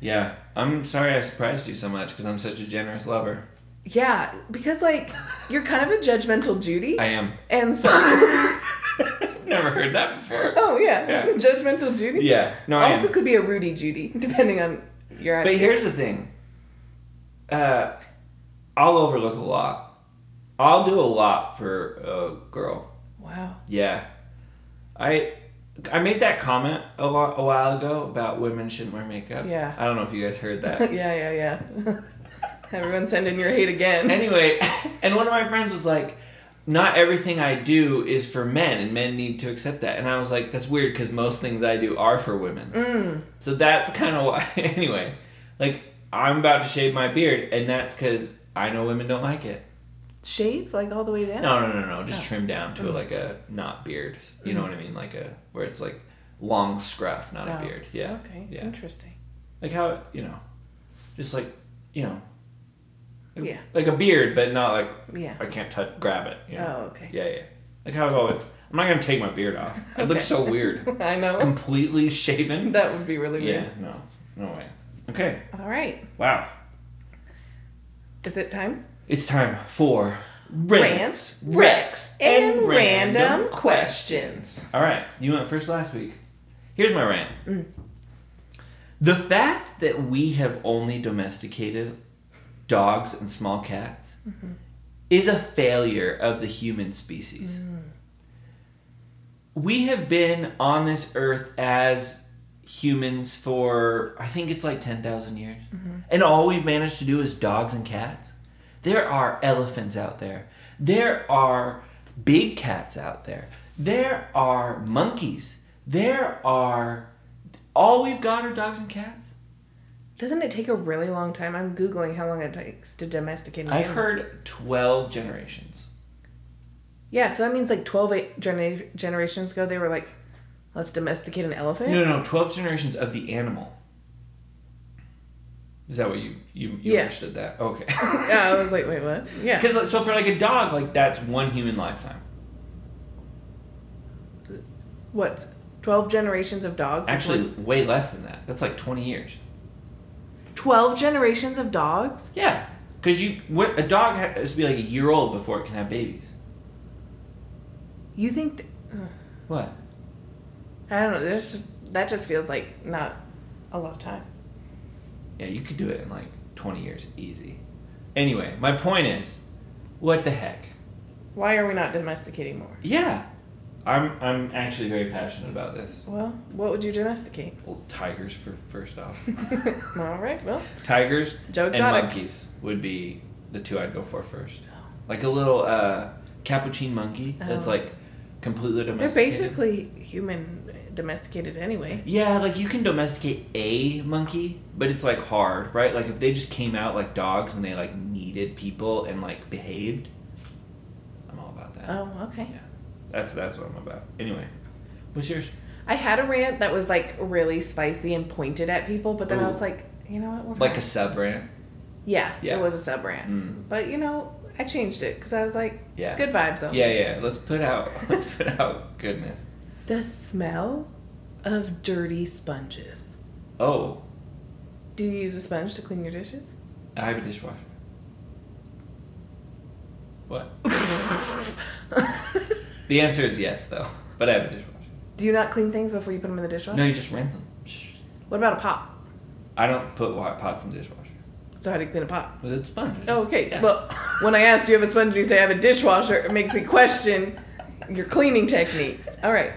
Speaker 2: Yeah. I'm sorry I surprised you so much because I'm such a generous lover.
Speaker 1: Yeah, because like you're kind of a judgmental Judy.
Speaker 2: I am.
Speaker 1: and so
Speaker 2: Never heard that before.
Speaker 1: Oh yeah.
Speaker 2: Yeah.
Speaker 1: Judgmental Judy.
Speaker 2: Yeah. No, I am.
Speaker 1: Also could be a Rudy Judy, depending on your
Speaker 2: But
Speaker 1: attitude.
Speaker 2: here's the thing. Uh, I'll overlook a lot. I'll do a lot for a girl.
Speaker 1: Wow.
Speaker 2: Yeah. I I made that comment a, lo- a while ago about women shouldn't wear makeup.
Speaker 1: Yeah.
Speaker 2: I don't know if you guys heard that.
Speaker 1: yeah, yeah, yeah. Everyone send in your hate again.
Speaker 2: anyway, and one of my friends was like, not everything I do is for men, and men need to accept that. And I was like, that's weird because most things I do are for women.
Speaker 1: Mm.
Speaker 2: So that's kind of why. Anyway, like I'm about to shave my beard, and that's because I know women don't like it.
Speaker 1: Shave like all the way down.
Speaker 2: No, no, no, no. Just
Speaker 1: Oh. Mm.
Speaker 2: trim down to like a not beard. You know what I mean? Like a where it's like long scruff, not
Speaker 1: Oh.
Speaker 2: a beard. Yeah.
Speaker 1: Okay.
Speaker 2: Yeah.
Speaker 1: Interesting.
Speaker 2: Like how you know, just like you know. like-
Speaker 1: Yeah.
Speaker 2: Like a beard, but not like
Speaker 1: Yeah.
Speaker 2: I can't touch, grab it. You know?
Speaker 1: Oh, okay.
Speaker 2: Yeah, yeah. Like how I've always. I'm not gonna take my beard off. It
Speaker 1: Okay.
Speaker 2: looks so weird.
Speaker 1: I know.
Speaker 2: Completely shaven.
Speaker 1: That would be really
Speaker 2: yeah.
Speaker 1: weird.
Speaker 2: No. No way. Okay.
Speaker 1: All right.
Speaker 2: Wow.
Speaker 1: Is it time?
Speaker 2: It's time for
Speaker 1: Rants, Rex, and random questions.
Speaker 2: All right, you went first last week. Here's my rant. The fact that we have only domesticated dogs and small cats is a failure of the human species. We have been on this earth as humans for, I think it's like 10,000 years. And all we've managed to do is dogs and cats. There are elephants out there, there are big cats out there, there are monkeys, there are. All we've got are dogs and cats.
Speaker 1: Doesn't it take a really long time? I'm googling how long it takes to domesticate. an
Speaker 2: I've
Speaker 1: animal.
Speaker 2: heard 12 generations.
Speaker 1: Yeah, so that means like 12 eight gener- generations ago, they were like, let's domesticate an elephant.
Speaker 2: No, no, no, twelve generations of the animal. Is that what you you, you
Speaker 1: Yeah.
Speaker 2: understood that? Okay.
Speaker 1: yeah, I was like, wait, what? Yeah.
Speaker 2: Because so for like a dog, like that's one human lifetime.
Speaker 1: What? 12 generations of dogs? is
Speaker 2: Actually,
Speaker 1: one-
Speaker 2: way less than that. That's like twenty years.
Speaker 1: 12 generations of dogs?
Speaker 2: Yeah, because you what, a dog has to be like a year old before it can have babies.
Speaker 1: You think. Th- Ugh.
Speaker 2: What?
Speaker 1: I don't know. There's, that just feels like not a lot of time.
Speaker 2: Yeah, you could do it in like twenty years, easy. Anyway, my point is, what the heck?
Speaker 1: Why are we not domesticating more?
Speaker 2: Yeah, I'm I'm actually very passionate about this.
Speaker 1: Well, what would you domesticate?
Speaker 2: Well, tigers for first off.
Speaker 1: All right, well,
Speaker 2: Tigers
Speaker 1: Joe
Speaker 2: and
Speaker 1: Exotic.
Speaker 2: monkeys would be the two I'd go for first. Like a little uh, capuchin monkey that's
Speaker 1: Oh.
Speaker 2: like completely
Speaker 1: They're
Speaker 2: domesticated.
Speaker 1: basically human eh, domesticated anyway.
Speaker 2: yeah, like you can domesticate a monkey, but it's like hard, right? Like if they just came out like dogs and they like needed people and like behaved, I'm all about that.
Speaker 1: Oh, okay.
Speaker 2: That's that's what I'm about. Anyway, what's yours?
Speaker 1: I had a rant that was like really spicy and pointed at people, but then I
Speaker 2: Ooh.
Speaker 1: was like, you know what? We're
Speaker 2: Like
Speaker 1: fine.
Speaker 2: a sub rant.
Speaker 1: yeah,
Speaker 2: Yeah.
Speaker 1: it was a sub rant,
Speaker 2: Mm.
Speaker 1: but you know, I changed it because I was like,
Speaker 2: Yeah.
Speaker 1: good vibes only.
Speaker 2: Yeah, yeah. Let's put out. Let's put out goodness.
Speaker 1: The smell of dirty sponges.
Speaker 2: Oh,
Speaker 1: Do you use a sponge to clean your dishes?
Speaker 2: I have a dishwasher. What? The answer is yes, though. But I have a dishwasher.
Speaker 1: Do you not clean things before you put them in the dishwasher?
Speaker 2: No, you just rinse them.
Speaker 1: What about a pot?
Speaker 2: I don't put hot pots in the dishwasher
Speaker 1: So how do you clean a pot?
Speaker 2: with a sponge. It's
Speaker 1: Oh,
Speaker 2: just-
Speaker 1: okay.
Speaker 2: yeah.
Speaker 1: Well, when I asked, do you have a sponge, and you say I have a dishwasher, it makes me question your cleaning techniques. All right.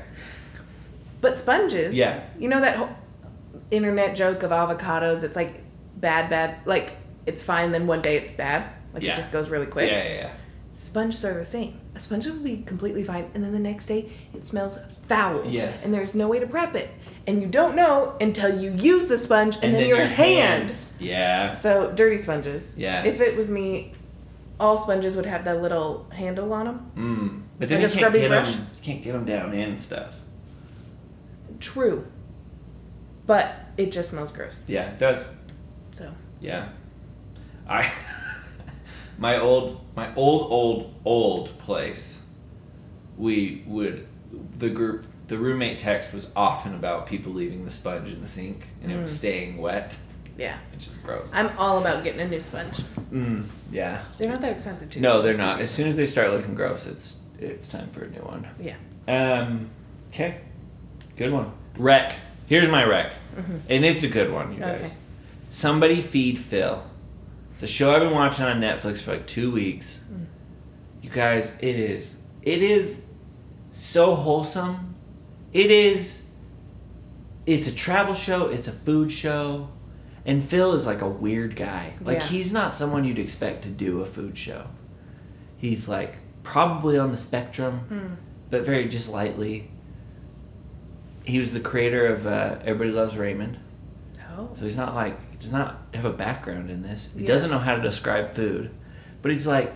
Speaker 1: But sponges.
Speaker 2: Yeah.
Speaker 1: You know that whole internet joke of avocados? It's like bad, bad. Like it's fine, then one day it's bad. Like
Speaker 2: Yeah.
Speaker 1: it just goes really
Speaker 2: yeah,
Speaker 1: quick.
Speaker 2: yeah, yeah.
Speaker 1: Sponges are the same. A sponge will be completely fine, and then the next day it smells foul.
Speaker 2: Yes.
Speaker 1: And there's no way to prep it, and you don't know until you use the sponge and, then, your, hand.
Speaker 2: hands. Yeah.
Speaker 1: So dirty sponges.
Speaker 2: Yeah.
Speaker 1: If it was me, all sponges would have that little handle on them.
Speaker 2: Mm. But
Speaker 1: Like a
Speaker 2: then you can't
Speaker 1: scrubby
Speaker 2: get
Speaker 1: brush?
Speaker 2: them. You can't get them down in and stuff.
Speaker 1: True. But it just smells gross.
Speaker 2: Yeah, it does.
Speaker 1: So
Speaker 2: Yeah. I. my old, my old, old, old place. We would, the group, the roommate text was often about people leaving the sponge in the sink and it was staying wet,
Speaker 1: yeah,
Speaker 2: which is gross.
Speaker 1: I'm all about getting a new sponge.
Speaker 2: Mm, yeah.
Speaker 1: They're not that expensive too.
Speaker 2: No,
Speaker 1: so
Speaker 2: they're
Speaker 1: just
Speaker 2: not.
Speaker 1: keep
Speaker 2: As soon as they start looking gross, it's it's time for a new one.
Speaker 1: it. Yeah.
Speaker 2: Um, okay, good one. Wreck. Here's my wreck, and it's a good one, you guys.
Speaker 1: Mm-hmm. Okay.
Speaker 2: Somebody feed Phil. It's a show I've been watching on Netflix for like two weeks.
Speaker 1: Mm.
Speaker 2: You guys, it is it is so wholesome. It is. It's a travel show. It's a food show. And Phil is like a weird guy. Like
Speaker 1: Yeah.
Speaker 2: he's not someone you'd expect to do a food show. He's like probably on the spectrum,
Speaker 1: Hmm.
Speaker 2: but very just lightly. He was the creator of uh, Everybody Loves Raymond,
Speaker 1: Oh.
Speaker 2: so he's not like he does not have a background in this. He
Speaker 1: Yeah.
Speaker 2: doesn't know how to describe food, but he's like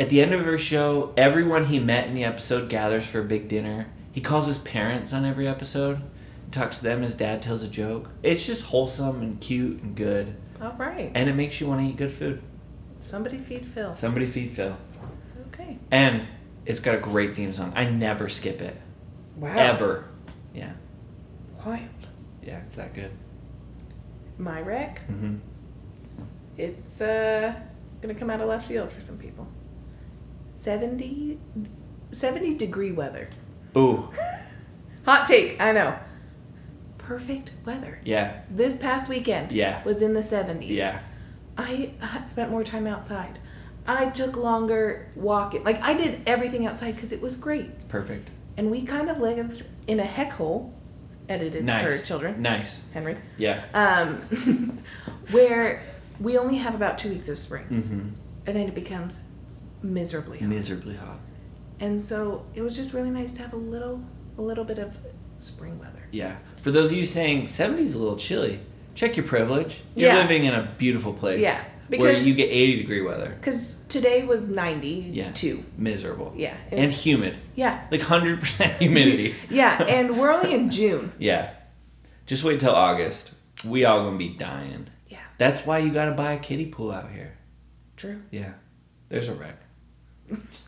Speaker 2: at the end of every show, everyone he met in the episode gathers for a big dinner. He calls his parents on every episode, talks to them. His dad tells a joke. It's just wholesome and cute and good
Speaker 1: All right.
Speaker 2: and it makes you want to eat good food.
Speaker 1: Somebody feed Phil.
Speaker 2: Somebody feed Phil.
Speaker 1: Okay.
Speaker 2: And it's got a great theme song. I never skip it.
Speaker 1: Wow.
Speaker 2: Ever. Yeah.
Speaker 1: Wild.
Speaker 2: Yeah, it's that good.
Speaker 1: My wreck.
Speaker 2: Mm-hmm.
Speaker 1: It's uh gonna come out of left field for some people. 70, 70 degree weather.
Speaker 2: Ooh,
Speaker 1: Hot take, I know. Perfect weather.
Speaker 2: yeah,
Speaker 1: This past weekend
Speaker 2: yeah,
Speaker 1: was in the 70s.
Speaker 2: yeah.
Speaker 1: I uh, spent more time outside. I took longer walking. Like I did everything outside because it was great.
Speaker 2: It's perfect.
Speaker 1: And we kind of lived in a heck hole, edited
Speaker 2: Nice.
Speaker 1: for children,
Speaker 2: Nice.
Speaker 1: Henry,
Speaker 2: Yeah.
Speaker 1: um, where we only have about two weeks of spring,
Speaker 2: Mm-hmm.
Speaker 1: and then it becomes miserably hot.
Speaker 2: Miserably hot.
Speaker 1: And so it was just really nice to have a little, a little bit of spring weather.
Speaker 2: Yeah. For those of you saying 70's a little chilly, check your privilege. You're
Speaker 1: Yeah.
Speaker 2: living in a beautiful place.
Speaker 1: Yeah,
Speaker 2: where
Speaker 1: because-
Speaker 2: you get 80 degree weather.
Speaker 1: Because today was ninety-two.
Speaker 2: Miserable.
Speaker 1: Yeah. And,
Speaker 2: And humid.
Speaker 1: yeah.
Speaker 2: Like 100% humidity.
Speaker 1: Yeah. And we're only in June.
Speaker 2: yeah. Just wait till August. We all gonna be dying.
Speaker 1: Yeah.
Speaker 2: That's why you gotta buy a kiddie pool out here.
Speaker 1: True.
Speaker 2: Yeah. There's a wreck.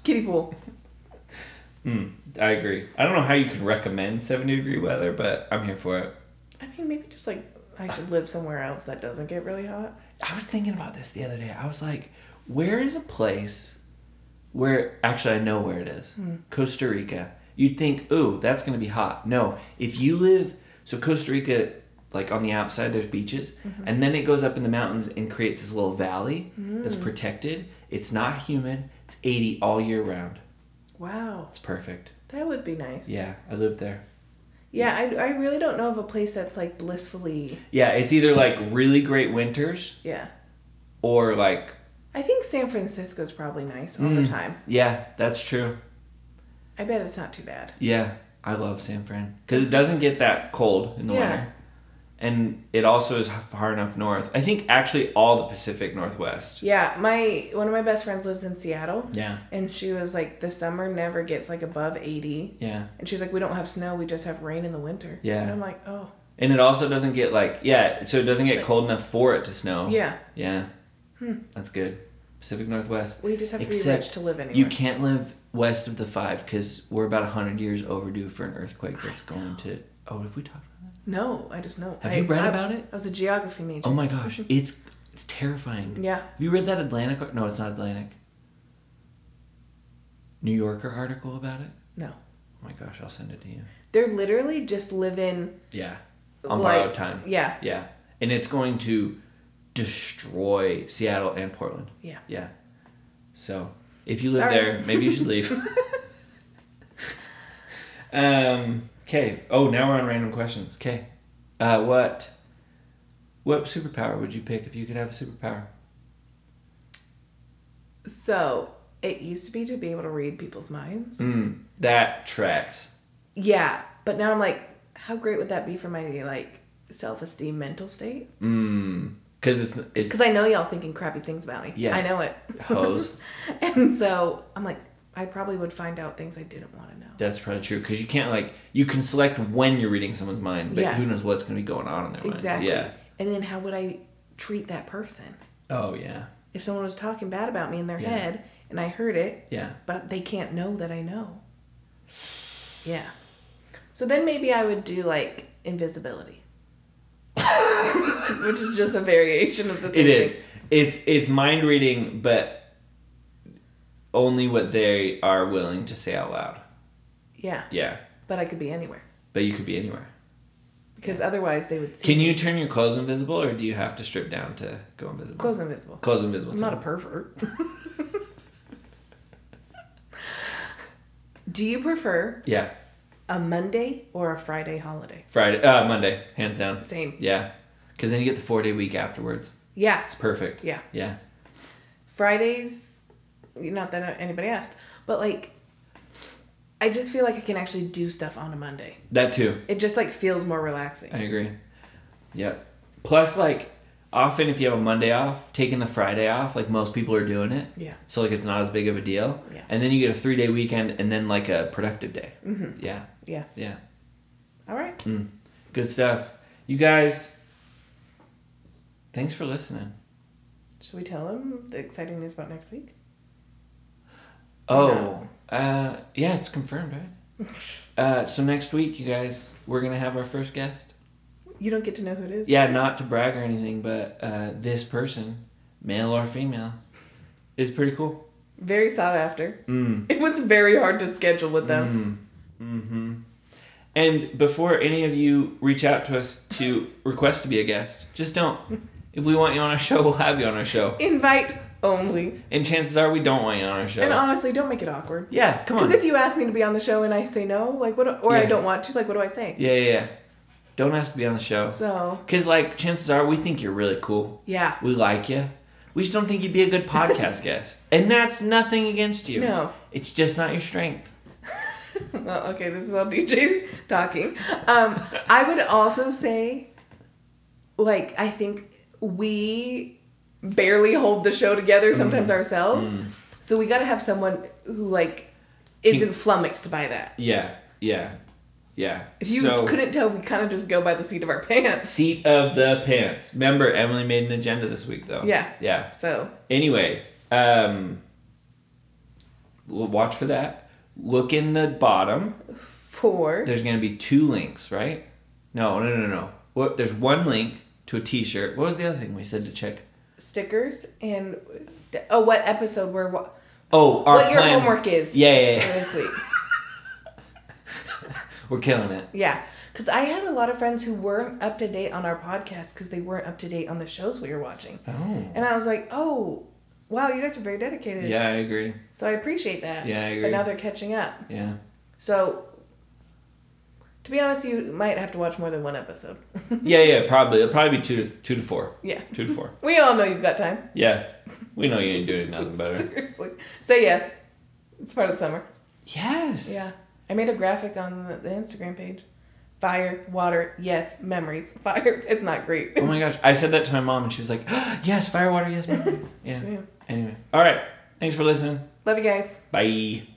Speaker 1: Kiddie pool.
Speaker 2: Mm, I agree. I don't know how you can recommend 70 degree weather, but I'm here for it.
Speaker 1: I mean, maybe just like I should live somewhere else that doesn't get really hot.
Speaker 2: I was thinking about this the other day. I was like, where is a place where actually I know where it is. Costa Rica. You'd think, ooh, that's gonna be hot. No, if you live so Costa Rica, like on the outside, there's beaches, and then it goes up in the mountains and creates this little valley that's protected. It's not humid. It's 80 all year round.
Speaker 1: Wow,
Speaker 2: It's perfect.
Speaker 1: that would be nice.
Speaker 2: Yeah, I lived there.
Speaker 1: Yeah, I, I really don't know of a place that's like blissfully.
Speaker 2: Yeah, it's either like really great winters
Speaker 1: Yeah.
Speaker 2: or like
Speaker 1: I think San Francisco's probably nice all the time.
Speaker 2: yeah, that's true.
Speaker 1: I bet it's not too bad.
Speaker 2: Yeah, I love San Fran because it doesn't get that cold in the
Speaker 1: Yeah.
Speaker 2: winter, and it also is far enough north. I think actually all the Pacific Northwest.
Speaker 1: Yeah, my one of my best friends lives in Seattle,
Speaker 2: Yeah,
Speaker 1: and she was like, the summer never gets like above eighty,
Speaker 2: yeah,
Speaker 1: and she's like, we don't have snow, we just have rain in the winter.
Speaker 2: Yeah.
Speaker 1: And I'm like, oh,
Speaker 2: and it also doesn't get like yeah, so it doesn't get
Speaker 1: like-
Speaker 2: cold enough for it to snow.
Speaker 1: yeah, Hmm.
Speaker 2: yeah, that's good. Pacific Northwest.
Speaker 1: we just have to be
Speaker 2: Except
Speaker 1: rich to live anywhere.
Speaker 2: You can't live west of the five because we're about hundred years overdue for an earthquake that's going to. Oh, have we talked? About
Speaker 1: No, I just know.
Speaker 2: Have
Speaker 1: I-
Speaker 2: you read
Speaker 1: I-
Speaker 2: about it?
Speaker 1: I was a geography major.
Speaker 2: Oh my gosh, it's terrifying.
Speaker 1: Yeah.
Speaker 2: Have you read that Atlantic? ar- No, it's not Atlantic. New Yorker article about it.
Speaker 1: No.
Speaker 2: Oh my gosh, I'll send it to you.
Speaker 1: They're literally just living
Speaker 2: Yeah, on
Speaker 1: like
Speaker 2: borrowed time.
Speaker 1: yeah.
Speaker 2: Yeah, and it's going to destroy Seattle and Portland.
Speaker 1: Yeah.
Speaker 2: Yeah. So if you live
Speaker 1: Sorry.
Speaker 2: there, maybe you should leave. um. Okay. Oh, now we're on random questions. Okay. Uh, what? What superpower would you pick if you could have a superpower?
Speaker 1: So it used to be to be able to read people's minds.
Speaker 2: Mm, that tracks.
Speaker 1: Yeah, but now I'm like, how great would that be for my like self esteem mental state?
Speaker 2: Mm. Because it's it's
Speaker 1: Because I know y'all thinking crappy things about me.
Speaker 2: Yeah.
Speaker 1: I know it.
Speaker 2: Hose.
Speaker 1: and so I'm like, I probably would find out things I didn't want to know.
Speaker 2: that's probably true. Because you can't like you can select when you're reading someone's mind, but
Speaker 1: Yeah.
Speaker 2: who knows what's going to be going on in their mind.
Speaker 1: Exactly.
Speaker 2: Yeah.
Speaker 1: And then how would I treat that person?
Speaker 2: Oh yeah.
Speaker 1: If someone was talking bad about me in their
Speaker 2: Yeah.
Speaker 1: head and I heard it,
Speaker 2: Yeah.
Speaker 1: but they can't know that I know. Yeah. So then maybe I would do like invisibility, which is just a variation of the same
Speaker 2: It is.
Speaker 1: thing.
Speaker 2: It's it's mind reading, but only what they are willing to say out loud.
Speaker 1: Yeah,
Speaker 2: Yeah.
Speaker 1: but I could be anywhere
Speaker 2: But you could be anywhere.
Speaker 1: because otherwise they would see
Speaker 2: Can you turn your clothes invisible, or do you have to strip down to go invisible?
Speaker 1: clothes invisible.
Speaker 2: Clothes invisible.
Speaker 1: I'm not a
Speaker 2: too.
Speaker 1: pervert. do you prefer
Speaker 2: yeah.
Speaker 1: a Monday or a Friday holiday?
Speaker 2: Friday. Uh, Monday. Hands down.
Speaker 1: Same.
Speaker 2: Yeah. Because then you get the four day week afterwards.
Speaker 1: Yeah.
Speaker 2: It's perfect.
Speaker 1: Yeah.
Speaker 2: Yeah.
Speaker 1: Fridays, not that anybody asked, but like, I just feel like I can actually do stuff on a Monday.
Speaker 2: That too.
Speaker 1: It just like feels more relaxing.
Speaker 2: I agree. Yep. Plus, like, often if you have a Monday off, taking the Friday off, like most people are doing it.
Speaker 1: Yeah.
Speaker 2: So like it's not as big of a deal.
Speaker 1: Yeah.
Speaker 2: And then you get a three day weekend and then like a productive day. Mm-hmm. Yeah.
Speaker 1: Yeah.
Speaker 2: Yeah.
Speaker 1: All right.
Speaker 2: Good stuff. You guys. Thanks for listening.
Speaker 1: Should we tell them the exciting news about next week?
Speaker 2: Oh. Uh, yeah, it's confirmed, right? uh, so next week, you guys, we're gonna have our first guest.
Speaker 1: You don't get to know who it is.
Speaker 2: yeah, not to brag or anything, but uh, this person, male or female, is pretty cool.
Speaker 1: Very sought after.
Speaker 2: Mm.
Speaker 1: It was very hard to schedule with them.
Speaker 2: Mm. hmm And before any of you reach out to us
Speaker 1: Mm.
Speaker 2: to request to be a guest, just don't. If we want you on our show, we'll have you on our show.
Speaker 1: Invite only.
Speaker 2: And chances are we don't want you on our show.
Speaker 1: And honestly, don't make it awkward.
Speaker 2: yeah, come on.
Speaker 1: Because if you ask me to be on the show and I say no, like what, do- or I
Speaker 2: Yeah.
Speaker 1: don't want to, like what do I say?
Speaker 2: yeah, yeah, yeah. Don't ask to be on the show.
Speaker 1: So
Speaker 2: Because, like, chances are we think you're really cool.
Speaker 1: yeah,
Speaker 2: We like you. We just don't think you'd be a good podcast guest. And that's nothing against you.
Speaker 1: No.
Speaker 2: It's just not your strength.
Speaker 1: well, okay, this is all DJ talking. Um, I would also say, like, I think we barely hold the show
Speaker 2: Mm.
Speaker 1: together sometimes ourselves. So we got to have someone who like isn't flummoxed by that.
Speaker 2: Yeah, yeah, yeah.
Speaker 1: If you
Speaker 2: so,
Speaker 1: couldn't tell, we kind of just go by the seat of our pants.
Speaker 2: seat of the pants. Remember, Emily made an agenda this week, though.
Speaker 1: Yeah.
Speaker 2: Yeah.
Speaker 1: So
Speaker 2: Anyway, um, l- watch for that. Look in the bottom.
Speaker 1: four.
Speaker 2: There's going to be two links, right? No, no, no, no. What? There's one link to a T-shirt. What was the other thing we said to check?
Speaker 1: stickers and oh, what episode we're wa-
Speaker 2: Oh, our
Speaker 1: what your
Speaker 2: plan-
Speaker 1: homework is
Speaker 2: Yeah, yeah,
Speaker 1: for
Speaker 2: yeah.
Speaker 1: this week.
Speaker 2: We're killing it.
Speaker 1: Yeah, because I had a lot of friends who weren't up to date on our podcast because they weren't up to date on the shows we were watching,
Speaker 2: Oh.
Speaker 1: and I was like, oh. Wow, you guys are very dedicated.
Speaker 2: Yeah, I agree.
Speaker 1: So I appreciate that.
Speaker 2: Yeah, I
Speaker 1: But
Speaker 2: agree.
Speaker 1: now they're catching up.
Speaker 2: Yeah.
Speaker 1: So, to be honest, you might have to watch more than one episode.
Speaker 2: Yeah, yeah. Probably. It'll probably be two to two to four.
Speaker 1: yeah.
Speaker 2: Two to four.
Speaker 1: We all know you've got time.
Speaker 2: Yeah. We know you ain't doing nothing better.
Speaker 1: Seriously. Say yes. It's part of the summer.
Speaker 2: Yes.
Speaker 1: Yeah. I made a graphic on the, the Instagram page. Fire, water, yes, memories. Fire. It's not great.
Speaker 2: Oh my gosh. I said that to my mom and she was like, yes, firewater, yes. ma'am." Yeah.
Speaker 1: Yeah.
Speaker 2: Anyway. All right. Thanks for listening.
Speaker 1: Love you guys.
Speaker 2: Bye.